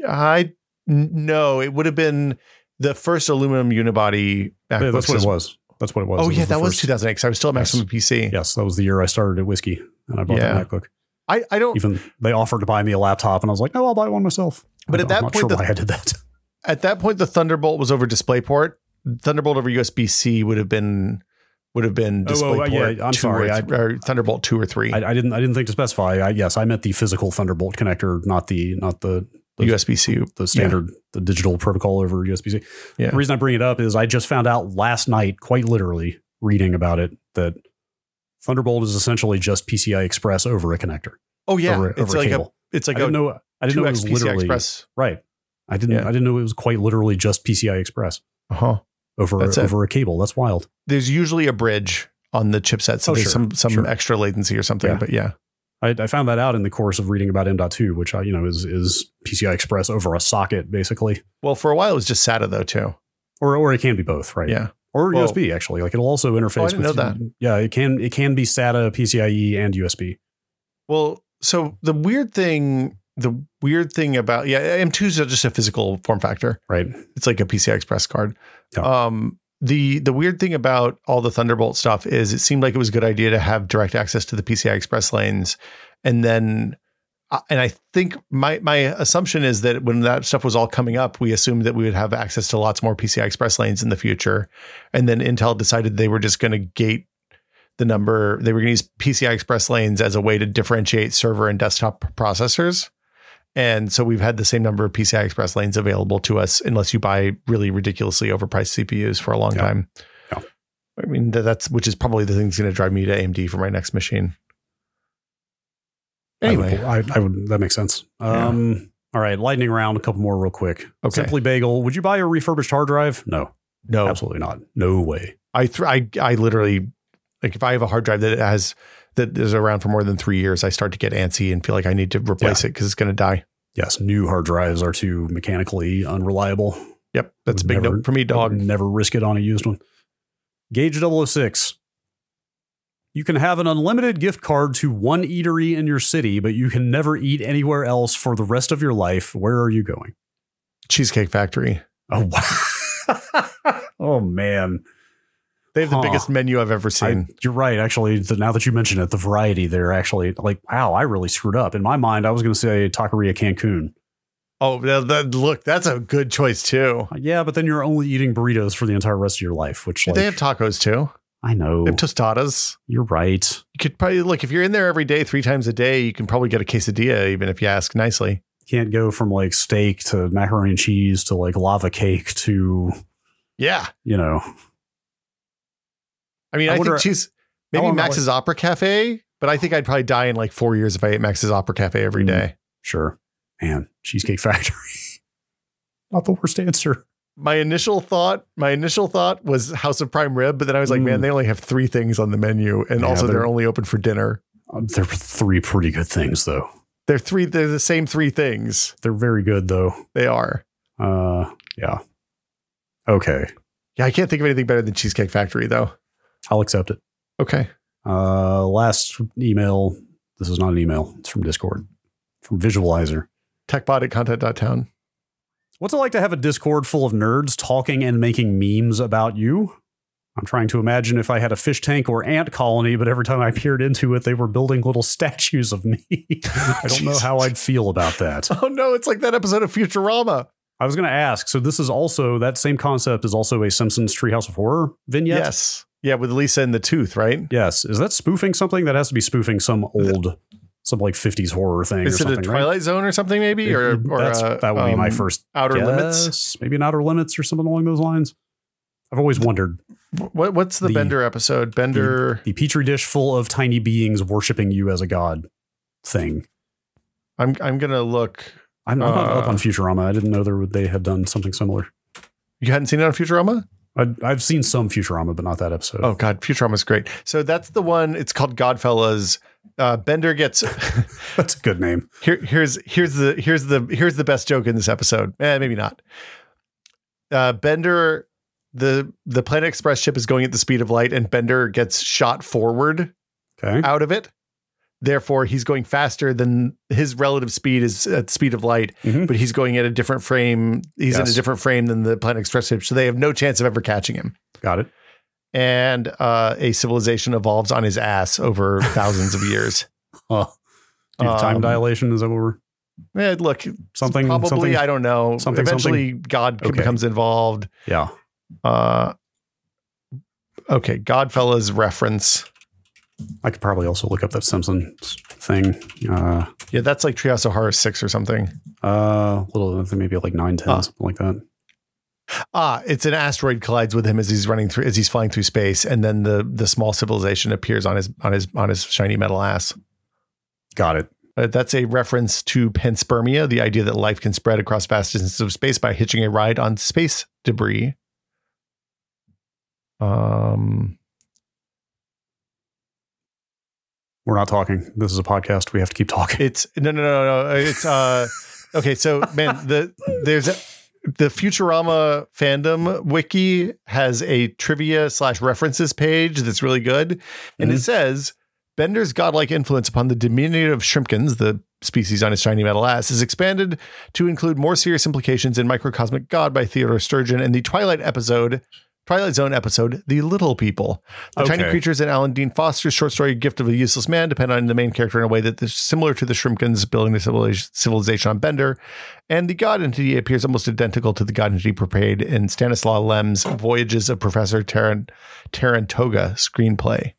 Speaker 1: i n- no it would have been the first aluminum unibody
Speaker 2: Yeah,
Speaker 1: MacBook
Speaker 2: that's what it
Speaker 1: system.
Speaker 2: was. That's what it was.
Speaker 1: oh
Speaker 2: It
Speaker 1: yeah
Speaker 2: the
Speaker 1: that was
Speaker 2: first-
Speaker 1: 2008 because i was still at
Speaker 2: Yes.
Speaker 1: maximum pc
Speaker 2: Yes, that was the year I started at Whiskey and I bought
Speaker 1: Yeah.
Speaker 2: that MacBook.
Speaker 1: i i don't
Speaker 2: [LAUGHS] Even they offered to buy me a laptop and I was like, no, I'll buy one myself.
Speaker 1: But
Speaker 2: I
Speaker 1: at
Speaker 2: don't-
Speaker 1: that
Speaker 2: I'm not
Speaker 1: point,
Speaker 2: sure
Speaker 1: the-
Speaker 2: why I
Speaker 1: [LAUGHS]
Speaker 2: did that.
Speaker 1: at that point the thunderbolt was over DisplayPort. thunderbolt over usb-c would have been would have been
Speaker 2: Oh, oh,
Speaker 1: DisplayPort
Speaker 2: yeah, I'm
Speaker 1: two
Speaker 2: sorry,
Speaker 1: or,
Speaker 2: I-
Speaker 1: th- or thunderbolt 2 or 3
Speaker 2: I, I didn't. I didn't think to specify. I, yes, I meant the physical Thunderbolt connector, not the not the those-
Speaker 1: usb-c
Speaker 2: the standard the digital protocol over USB C.
Speaker 1: Yeah.
Speaker 2: The reason I bring it up is I just found out last night, quite literally reading about it, that Thunderbolt is essentially just PCI Express over a connector.
Speaker 1: Oh yeah,
Speaker 2: over,
Speaker 1: it's
Speaker 2: over
Speaker 1: like
Speaker 2: cable.
Speaker 1: a it's like
Speaker 2: I didn't
Speaker 1: a
Speaker 2: know. I didn't know
Speaker 1: 2x
Speaker 2: it was
Speaker 1: PCI
Speaker 2: literally
Speaker 1: Express.
Speaker 2: right. I didn't.
Speaker 1: Yeah.
Speaker 2: I didn't know it was quite literally just PCI Express
Speaker 1: Uh huh.
Speaker 2: over
Speaker 1: That's it.
Speaker 2: over a cable. That's wild.
Speaker 1: There's usually a bridge on the chipset, so
Speaker 2: Oh,
Speaker 1: there's
Speaker 2: sure,
Speaker 1: some some
Speaker 2: sure.
Speaker 1: extra latency or something.
Speaker 2: Yeah.
Speaker 1: But yeah,
Speaker 2: I, I found that out in the course of reading about M.2, which I you know is is PCI Express over a socket basically,
Speaker 1: well, for a while it was just SATA though too.
Speaker 2: or or it can be both, right?
Speaker 1: Yeah,
Speaker 2: or
Speaker 1: Whoa.
Speaker 2: USB actually. Like it'll also interface.
Speaker 1: Oh, didn't
Speaker 2: with,
Speaker 1: know that.
Speaker 2: Yeah, it can it can be SATA, PCIe, E, and USB.
Speaker 1: Well, so the weird thing, the weird thing about yeah, M2 is just a physical form factor.
Speaker 2: Right.
Speaker 1: It's like a PCI Express card.
Speaker 2: Yeah.
Speaker 1: Um, the the weird thing about all the Thunderbolt stuff is it seemed like it was a good idea to have direct access to the PCI Express lanes, and then. uh, And I think my my assumption is that when that stuff was all coming up, we assumed that we would have access to lots more PCI Express lanes in the future, and then Intel decided they were just going to gate the number they were going to use PCI Express lanes as a way to differentiate server and desktop processors. And so we've had the same number of PCI Express lanes available to us, unless you buy really ridiculously overpriced CPUs for a long
Speaker 2: Yeah.
Speaker 1: time.
Speaker 2: Yeah.
Speaker 1: I mean, that, that's which is probably the thing that's going to drive me to AMD for my next machine. Anyway,
Speaker 2: I would, I, I would that makes sense.
Speaker 1: Yeah.
Speaker 2: Um, all right, lightning round, a couple more real quick.
Speaker 1: Okay.
Speaker 2: Simply Bagel, would you buy a refurbished hard drive? No,
Speaker 1: no,
Speaker 2: absolutely not. No way.
Speaker 1: I, th- I I literally like if I have a hard drive that has that is around for more than three years, I start to get antsy and feel like I need to replace it because it's going to die.
Speaker 2: Yes, new hard drives are too mechanically unreliable.
Speaker 1: Yep, that's a
Speaker 2: Would
Speaker 1: big
Speaker 2: never-
Speaker 1: note for me, dog.
Speaker 2: Would never risk it on a used one. Gage 006. You can have an unlimited gift card to one eatery in your city, but you can never eat anywhere else for the rest of your life. Where are you going?
Speaker 1: Cheesecake Factory.
Speaker 2: Oh wow. [LAUGHS] oh man.
Speaker 1: They have
Speaker 2: Huh.
Speaker 1: the biggest menu I've ever
Speaker 2: I-
Speaker 1: seen.
Speaker 2: you're right. Actually, the, now that you mention it, the variety there actually, like, wow, I really screwed up. In my mind, I was going to say Taqueria Cancun.
Speaker 1: oh, th- th- look, that's a good choice too.
Speaker 2: Uh, Yeah, but then you're only eating burritos for the entire rest of your life, which, like,
Speaker 1: they have tacos too.
Speaker 2: I know.
Speaker 1: They have tostadas.
Speaker 2: you're right.
Speaker 1: You could probably look if you're in there every day, three times a day. You can probably get a quesadilla, even if you ask nicely.
Speaker 2: Can't go from like steak to macaroni and cheese to like lava cake to,
Speaker 1: Yeah,
Speaker 2: you know,
Speaker 1: I mean,
Speaker 2: I
Speaker 1: I,
Speaker 2: wonder-
Speaker 1: think cheese.
Speaker 2: how
Speaker 1: Maybe
Speaker 2: long that
Speaker 1: Max's Opera Cafe, but I think I'd probably die in like four years if I ate Max's Opera Cafe every
Speaker 2: Mm.
Speaker 1: day.
Speaker 2: sure. Man, Cheesecake Factory. [LAUGHS] Not the worst answer.
Speaker 1: My initial thought, my initial thought was House of Prime Rib, but then I was like,
Speaker 2: Mm.
Speaker 1: man, they only have three things on the menu, and
Speaker 2: Yeah,
Speaker 1: also
Speaker 2: they're-
Speaker 1: they're only open for dinner.
Speaker 2: Uh, There were three pretty good things, though.
Speaker 1: They're three. They're the same three things.
Speaker 2: They're very good, though.
Speaker 1: They are.
Speaker 2: Uh, yeah. Okay.
Speaker 1: Yeah, I can't think of anything better than Cheesecake Factory though.
Speaker 2: I'll accept it.
Speaker 1: Okay.
Speaker 2: Uh, last email. This is not an email. It's from Discord, from Visualizer.
Speaker 1: Techbot at content.town.
Speaker 2: What's it like to have a Discord full of nerds talking and making memes about you? I'm trying to imagine if I had a fish tank or ant colony, but every time I peered into it, they were building little [LAUGHS] statues of me. [LAUGHS] I don't know
Speaker 1: Jesus.
Speaker 2: how I'd feel about that.
Speaker 1: [LAUGHS] Oh no, it's like that episode of Futurama.
Speaker 2: I was going to ask. So this is also that same concept is also a Simpsons Treehouse of Horror vignette.
Speaker 1: Yes. Yeah, with Lisa and the tooth, right?
Speaker 2: Yes. Is that spoofing something? That has to be spoofing some old, some like 50s horror thing. or
Speaker 1: Is it a
Speaker 2: something, right?
Speaker 1: Twilight Zone or something maybe? Or,
Speaker 2: It-
Speaker 1: or
Speaker 2: that's-
Speaker 1: uh,
Speaker 2: that would be my
Speaker 1: um,
Speaker 2: first
Speaker 1: Outer
Speaker 2: guess.
Speaker 1: Limits.
Speaker 2: Maybe an outer limits or something along those lines. I've always wondered
Speaker 1: What, what's the,
Speaker 2: The-
Speaker 1: Bender episode? Bender.
Speaker 2: the petri dish full of tiny beings worshiping you as a god thing.
Speaker 1: I'm I'm gonna look.
Speaker 2: I'm, I'm not
Speaker 1: Uh.
Speaker 2: up on Futurama. I didn't know there would, they had done something similar.
Speaker 1: You hadn't seen it on Futurama?
Speaker 2: I, I've seen some Futurama, but not that episode.
Speaker 1: Oh god, Futurama's great. So that's the one. It's called Godfellas. Uh, Bender gets
Speaker 2: that's a good name.
Speaker 1: Here, here's here's the here's the here's the best joke in this episode. Eh, maybe not. Uh, Bender, the the Planet Express ship is going at the speed of light, and Bender gets shot forward
Speaker 2: Okay.
Speaker 1: [LAUGHS] out of it. Therefore, he's going faster than his relative speed is at the speed of light,
Speaker 2: Mhm.
Speaker 1: but he's going at a different frame. He's in
Speaker 2: Yes.
Speaker 1: a different frame than the Planet Express ship, so they have no chance of ever catching him.
Speaker 2: Got it.
Speaker 1: And uh, a civilization evolves on his ass
Speaker 2: [LAUGHS]
Speaker 1: over thousands of years.
Speaker 2: Huh. Due to time
Speaker 1: Um,
Speaker 2: dilation, is that what we're
Speaker 1: Eh, look,
Speaker 2: something?
Speaker 1: probably
Speaker 2: something?
Speaker 1: i don't know
Speaker 2: something,
Speaker 1: eventually god
Speaker 2: Okay.
Speaker 1: becomes involved
Speaker 2: yeah.
Speaker 1: uh okay godfellas reference
Speaker 2: I could probably also look up that Simpsons thing. Uh,
Speaker 1: yeah that's like Treehouse of Horror 6 or something
Speaker 2: uh, little, I think maybe like nine, ten,
Speaker 1: Ah.
Speaker 2: something like that.
Speaker 1: ah it's an asteroid collides with him as he's running through as he's flying through space and then the the small civilization appears on his on his on his shiny metal ass
Speaker 2: Got it.
Speaker 1: Uh, that's a reference to panspermia, the idea that life can spread across vast distances of space by hitching a ride on space debris. Um,
Speaker 2: We're not talking. This is a podcast. We have to keep talking. [LAUGHS]
Speaker 1: it's no, no, no, no. It's uh, okay. So, man, the there's a, the Futurama fandom wiki has a trivia slash references page that's really good, and it says Bender's godlike influence upon the diminutive shrimpkins, the species on his shiny metal ass, is expanded to include more serious implications in Microcosmic God by Theodore Sturgeon and the Twilight episode. Twilight Zone episode, The Little People. The tiny
Speaker 2: Okay.
Speaker 1: creatures in Alan Dean Foster's short story, Gift of a Useless Man, depend on the main character in a way that is similar to the Shrimpkins building the civilization- civilization on Bender. And the god entity appears almost identical to the god entity portrayed in Stanislaw Lem's Voyages of Professor Taran- Tarantoga screenplay.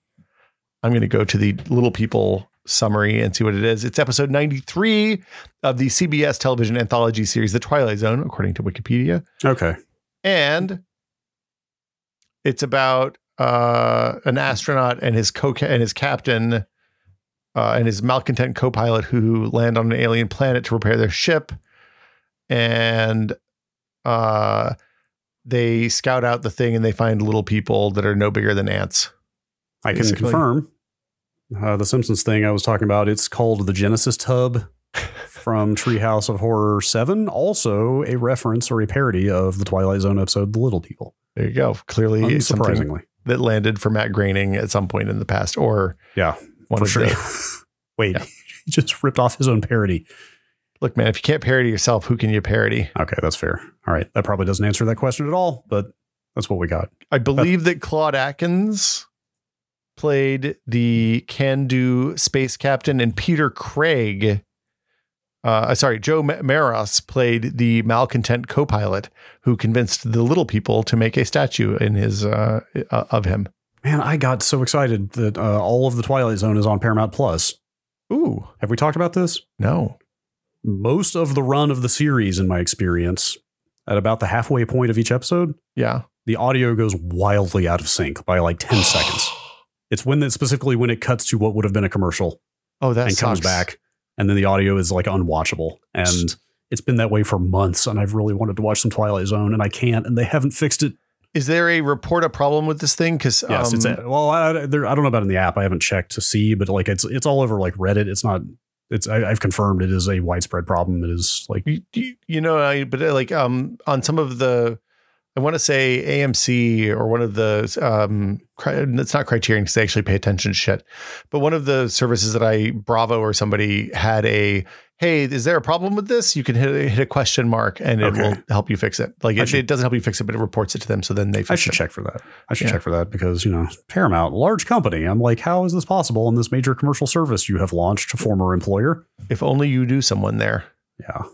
Speaker 1: I'm going to go to the Little People summary and see what it is. It's episode 93 of the CBS television anthology series, The Twilight Zone, according to Wikipedia
Speaker 2: Okay.
Speaker 1: and it's about uh, an astronaut and his co and his captain uh, and his malcontent co-pilot who land on an alien planet to repair their ship, and uh, they scout out the thing and they find little people that are no bigger than ants.
Speaker 2: I can
Speaker 1: Basically.
Speaker 2: confirm uh, the Simpsons thing I was talking about. It's called the Genesis Tub
Speaker 1: [LAUGHS]
Speaker 2: from Treehouse of Horror 7. Also, a reference or a parody of the Twilight Zone episode, The Little People.
Speaker 1: There you go. Clearly, something
Speaker 2: Unsurprisingly.
Speaker 1: that landed for Matt Groening at some point in the past, or
Speaker 2: Yeah,
Speaker 1: one
Speaker 2: For
Speaker 1: of
Speaker 2: sure.
Speaker 1: the- [LAUGHS]
Speaker 2: Wait,
Speaker 1: Yeah.
Speaker 2: [LAUGHS] he just ripped off his own parody.
Speaker 1: look, man, if you can't parody yourself, who can you parody?
Speaker 2: Okay, that's fair. All right. That probably doesn't answer that question at all, but that's what we got.
Speaker 1: I believe that Claude Atkins played the can-do space captain, and Peter Craig, uh, uh, sorry, Joe Ma- Maros played the malcontent co-pilot who convinced the little people to make a statue in his uh, uh, of him.
Speaker 2: Man, I got so excited that uh, all of the Twilight Zone is on Paramount Plus.
Speaker 1: Ooh,
Speaker 2: Have we talked about this?
Speaker 1: no,
Speaker 2: most of the run of the series, in my experience, at about the halfway point of each episode,
Speaker 1: yeah,
Speaker 2: the audio goes wildly out of sync by like
Speaker 1: [SIGHS]
Speaker 2: 10 seconds. It's when that specifically when it cuts to what would have been a commercial
Speaker 1: Oh, that
Speaker 2: and comes
Speaker 1: sucks.
Speaker 2: back, and then the audio is like unwatchable. And it's been that way for months, and I've really wanted to watch some Twilight Zone, and I can't, and they haven't fixed it.
Speaker 1: Is there a report a problem with this thing? um, Because
Speaker 2: Yes, it's a, well, I, there, I don't know about in the app. I haven't checked to see, but like it's it's all over like Reddit. It's not. It's I, I've confirmed it is a widespread problem. It is like
Speaker 1: you, you- you know I, but uh, like um on some of the i want to say amc or one of the um cri- it's not criterion because they actually pay attention to shit but one of the services that i bravo or somebody had a hey is there a problem with this you can hit, hit a question mark and it
Speaker 2: Okay.
Speaker 1: will help you fix it like
Speaker 2: I
Speaker 1: it,
Speaker 2: should-
Speaker 1: it doesn't help you fix it but it reports it to them so then they fix
Speaker 2: I should
Speaker 1: it.
Speaker 2: check for that. I should
Speaker 1: Yeah.
Speaker 2: check for that because, you know, Paramount, large company. I'm like, how is this possible in this major commercial service you have launched, former employer?
Speaker 1: if only you knew someone there
Speaker 2: Yeah.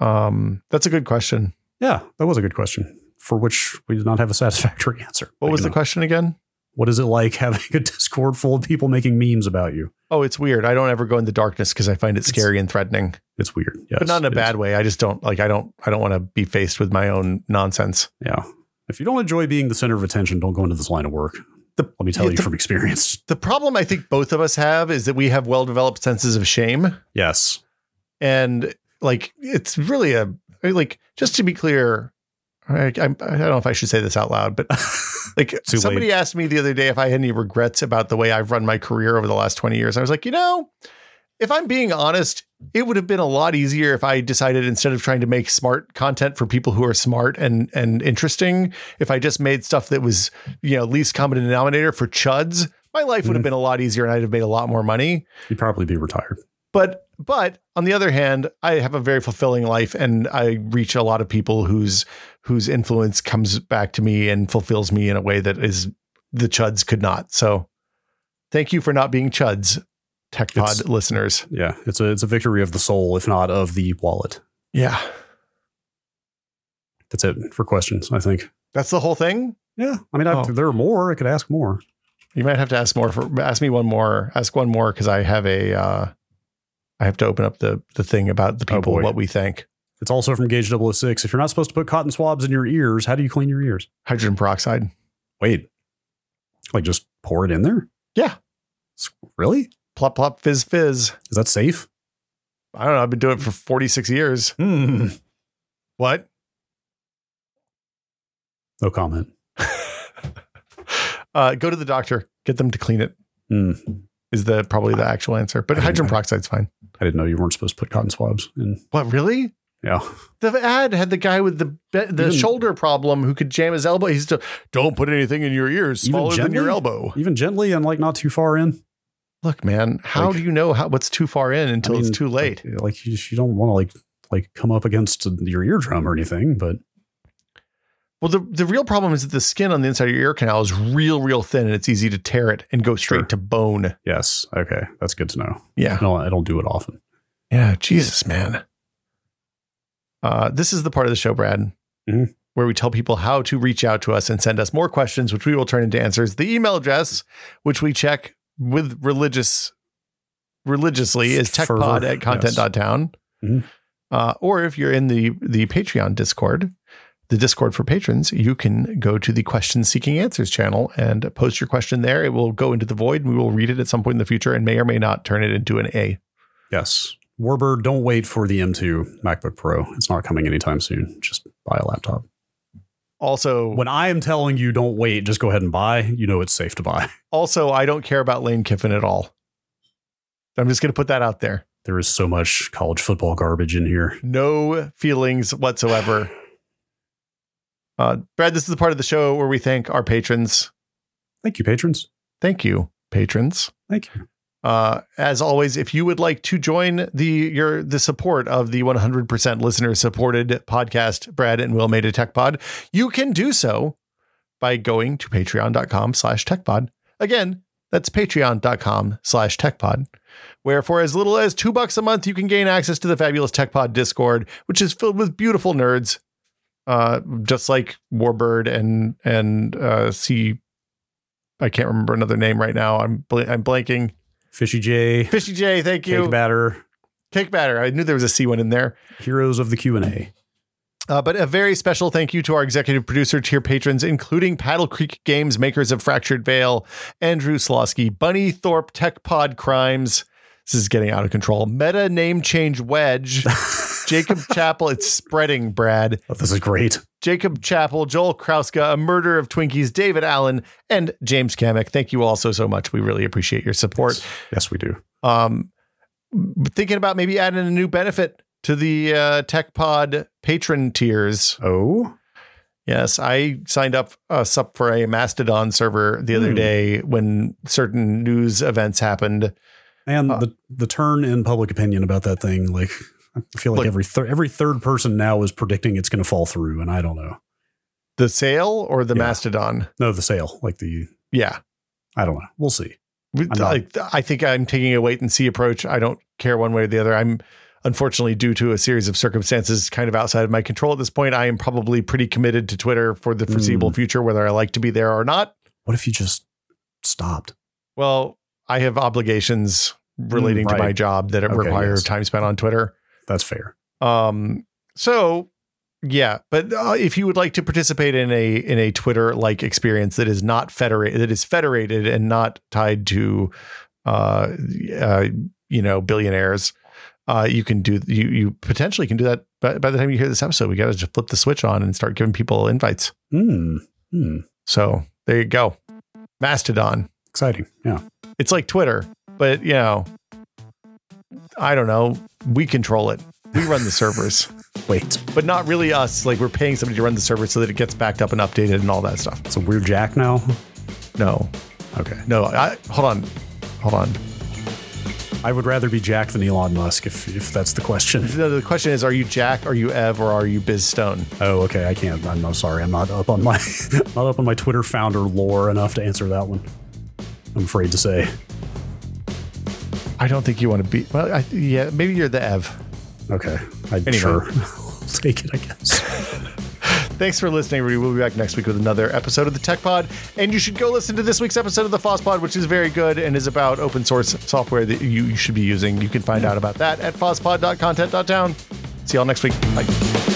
Speaker 1: um that's a good question
Speaker 2: Yeah. That was a good question for which we did not have a [LAUGHS] satisfactory answer.
Speaker 1: what
Speaker 2: Like,
Speaker 1: was
Speaker 2: you
Speaker 1: the
Speaker 2: know,
Speaker 1: question again
Speaker 2: What is it like [LAUGHS] having a Discord full of people making memes about you?
Speaker 1: oh it's weird i don't ever go in the darkness because i find it
Speaker 2: It's-
Speaker 1: scary and threatening
Speaker 2: It's weird. Yes,
Speaker 1: but not in a
Speaker 2: it is.
Speaker 1: bad way. I just don't like. I don't. I don't want to be faced with my own nonsense.
Speaker 2: Yeah. If you don't enjoy being the center of attention, don't go into this line of work.
Speaker 1: The-
Speaker 2: Let me tell
Speaker 1: yeah,
Speaker 2: you
Speaker 1: the-
Speaker 2: from experience.
Speaker 1: The problem I think both of us have is that we have well-developed senses of shame,
Speaker 2: Yes.
Speaker 1: and like it's really a like. Just to be clear, I, I, I don't know if I should say this out loud, but like
Speaker 2: Too
Speaker 1: somebody asked me the other day if I had any regrets about the way I've run my career over the last twenty years. I was like, you know, if I'm being honest, it would have been a lot easier if I decided instead of trying to make smart content for people who are smart and and interesting, if I just made stuff that was, you know, least common denominator for chuds, my life would have
Speaker 2: Mhm.
Speaker 1: been a lot easier and I'd have made a lot more money.
Speaker 2: You'd probably be retired.
Speaker 1: But but on the other hand, I have a very fulfilling life and I reach a lot of people whose whose influence comes back to me and fulfills me in a way that is the chuds could not. So thank you for not being chuds, Tech Pod
Speaker 2: It's-
Speaker 1: listeners.
Speaker 2: Yeah. It's a it's a victory of the soul, if not of the wallet.
Speaker 1: Yeah.
Speaker 2: That's it for questions, I think.
Speaker 1: That's the whole thing.
Speaker 2: Yeah, I mean,
Speaker 1: Oh.
Speaker 2: I, there are more. I could ask more.
Speaker 1: You might have to ask more for ask me one more. Ask one more because I have a uh I have to open up the the thing about the
Speaker 2: Oh,
Speaker 1: people
Speaker 2: boy.
Speaker 1: what we think.
Speaker 2: It's also from Gage 006. If you're not supposed to put cotton swabs in your ears, how do you clean your ears?
Speaker 1: Hydrogen peroxide.
Speaker 2: Wait, like just pour it in there?
Speaker 1: Yeah.
Speaker 2: S- Really?
Speaker 1: plop plop fizz fizz.
Speaker 2: Is that safe?
Speaker 1: I don't know. I've been doing it for 46 years.
Speaker 2: Hmm.
Speaker 1: What?
Speaker 2: No comment.
Speaker 1: Uh, go to the doctor. Get them to clean it.
Speaker 2: Hmm.
Speaker 1: Is the probably the actual answer. But
Speaker 2: I didn't
Speaker 1: hydrogen
Speaker 2: know.
Speaker 1: peroxide's fine.
Speaker 2: I didn't know you weren't supposed to put cotton swabs in.
Speaker 1: What really?
Speaker 2: Yeah.
Speaker 1: The ad had the guy with the be- the
Speaker 2: Even-
Speaker 1: shoulder problem who could jam his elbow. He's still don't put anything in your ears
Speaker 2: Even
Speaker 1: smaller than your
Speaker 2: gently?
Speaker 1: elbow.
Speaker 2: Even gently and like not too far in.
Speaker 1: Look, man, how
Speaker 2: Like-
Speaker 1: do you know how, what's too far in until
Speaker 2: mean,
Speaker 1: it's too late?
Speaker 2: Like, like, you, you don't want to like like come up against your eardrum or anything, but
Speaker 1: Well, the, the real problem is that the skin on the inside of your ear canal is real, real thin and it's easy to tear it and go straight
Speaker 2: Sure.
Speaker 1: to bone.
Speaker 2: yes. Okay. That's good to know.
Speaker 1: Yeah.
Speaker 2: I don't, I don't do it often.
Speaker 1: Yeah. Jesus, man. Uh, this is the part of the show, Brad,
Speaker 2: Mhm.
Speaker 1: where we tell people how to reach out to us and send us more questions, which we will turn into answers. The email address, which we check with religious religiously, is
Speaker 2: Fervor,
Speaker 1: techpod at
Speaker 2: yes.
Speaker 1: content.town.
Speaker 2: Mhm.
Speaker 1: Uh, or if you're in the the Patreon Discord, the Discord for patrons, you can go to the Question Seeking Answers channel and post your question there. It will go into the void and we will read it at some point in the future and may or may not turn it into an A.
Speaker 2: Yes. Warbird, don't wait for the M2 MacBook Pro. It's not coming anytime soon. Just buy a laptop.
Speaker 1: Also,
Speaker 2: When I am telling you don't wait, just go ahead and buy, you know it's safe to buy. [LAUGHS]
Speaker 1: Also, I don't care about Lane Kiffin at all. I'm just going to put that out there.
Speaker 2: There is so much college football garbage in here.
Speaker 1: No feelings whatsoever. Uh, Brad, this is the part of the show where we thank our patrons.
Speaker 2: Thank you, patrons.
Speaker 1: Thank you, patrons.
Speaker 2: Thank you.
Speaker 1: Uh, as always, if you would like to join the your the support of the 100% listener supported podcast, Brad and Will made a tech pod, you can do so by going to patreon.com slash techpod. Again, that's patreon.com slash techpod, where for as little as two bucks a month, you can gain access to the fabulous techpod discord, which is filled with beautiful nerds, uh, just like Warbird and, and, uh, C. I can't remember another name right now. I'm, bl- I'm blanking.
Speaker 2: Fishy J,
Speaker 1: Fishy J, thank you.
Speaker 2: Cake
Speaker 1: Cake,
Speaker 2: Batter,
Speaker 1: batter. I knew there was a C one in there.
Speaker 2: Heroes of the Q&A.
Speaker 1: Uh, but a very special thank you to our executive producer tier patrons, including Paddle Creek Games, makers of Fractured Veil, Andrew Slosky, Bunny Thorpe, Tech Pod Crimes. This is getting out of control. Meta name change wedge. Jacob Chapel, it's spreading, Brad.
Speaker 2: [LAUGHS] Oh, this is great.
Speaker 1: Jacob Chapel, Joel Krauska, A Murder of Twinkies, David Allen, and James Kamek. Thank you all so, so much. We really appreciate your support.
Speaker 2: Yes, we do.
Speaker 1: um, thinking about maybe adding a new benefit to the uh, tech pod patron tiers
Speaker 2: Oh,
Speaker 1: yes i signed up uh, sup for a mastodon server the other
Speaker 2: Hmm.
Speaker 1: day when certain news events happened
Speaker 2: and
Speaker 1: Uh,
Speaker 2: the the turn in public opinion about that thing, like I feel like
Speaker 1: Look-
Speaker 2: every thir- every third person now is predicting it's going to fall through, and I don't know.
Speaker 1: the sale or the
Speaker 2: Yeah.
Speaker 1: mastodon
Speaker 2: No, the sale, like the
Speaker 1: yeah
Speaker 2: I don't know. We'll see.
Speaker 1: We-
Speaker 2: I'm not-
Speaker 1: I, I think i'm taking a wait and see approach i don't care one way or the other i'm unfortunately due to a series of circumstances kind of outside of my control at this point i am probably pretty committed to twitter for the
Speaker 2: Hmm.
Speaker 1: foreseeable future whether i like to be there or not
Speaker 2: What if you just stopped?
Speaker 1: Well, I have obligations relating
Speaker 2: Mm,
Speaker 1: to my
Speaker 2: right.
Speaker 1: job that it
Speaker 2: Okay,
Speaker 1: require
Speaker 2: yes.
Speaker 1: time spent on Twitter.
Speaker 2: That's fair.
Speaker 1: Um, so yeah, but uh, if you would like to participate in a in a Twitter like experience that is not federated, that is federated and not tied to, uh, uh you know, billionaires. Uh, you can do you you potentially can do that by, by the time you hear this episode. We got to just flip the switch on and start giving people invites.
Speaker 2: Hmm. Hmm.
Speaker 1: So there you go, Mastodon.
Speaker 2: Exciting. Yeah.
Speaker 1: It's like Twitter, but you know, I don't know. We control it. We run the servers,
Speaker 2: Wait.
Speaker 1: but not really us. Like we're paying somebody to run the server so that it gets backed up and updated and all that stuff.
Speaker 2: So we're Jack now.
Speaker 1: No,
Speaker 2: Okay.
Speaker 1: no. I, hold on, hold on.
Speaker 2: I would rather be Jack than Elon Musk if if that's the question. [LAUGHS]
Speaker 1: No, the question is: Are you Jack? Are you Ev? Or are you Biz Stone?
Speaker 2: Oh, okay. I can't. I'm, I'm sorry. I'm not up on my [LAUGHS] not up on my Twitter founder lore enough to answer that one. I'm afraid to say.
Speaker 1: I don't think you want to be. Well, I, yeah, maybe you're the Ev.
Speaker 2: Okay. I
Speaker 1: Anyway.
Speaker 2: sure. [LAUGHS] I'll take it, I guess.
Speaker 1: Thanks for listening, everybody. We'll be back next week with another episode of the Tech Pod. And you should go listen to this week's episode of the Foss Pod, which is very good and is about open source software that you, you should be using. You can find out about that at fosspod.content.town. See y'all next week. Bye.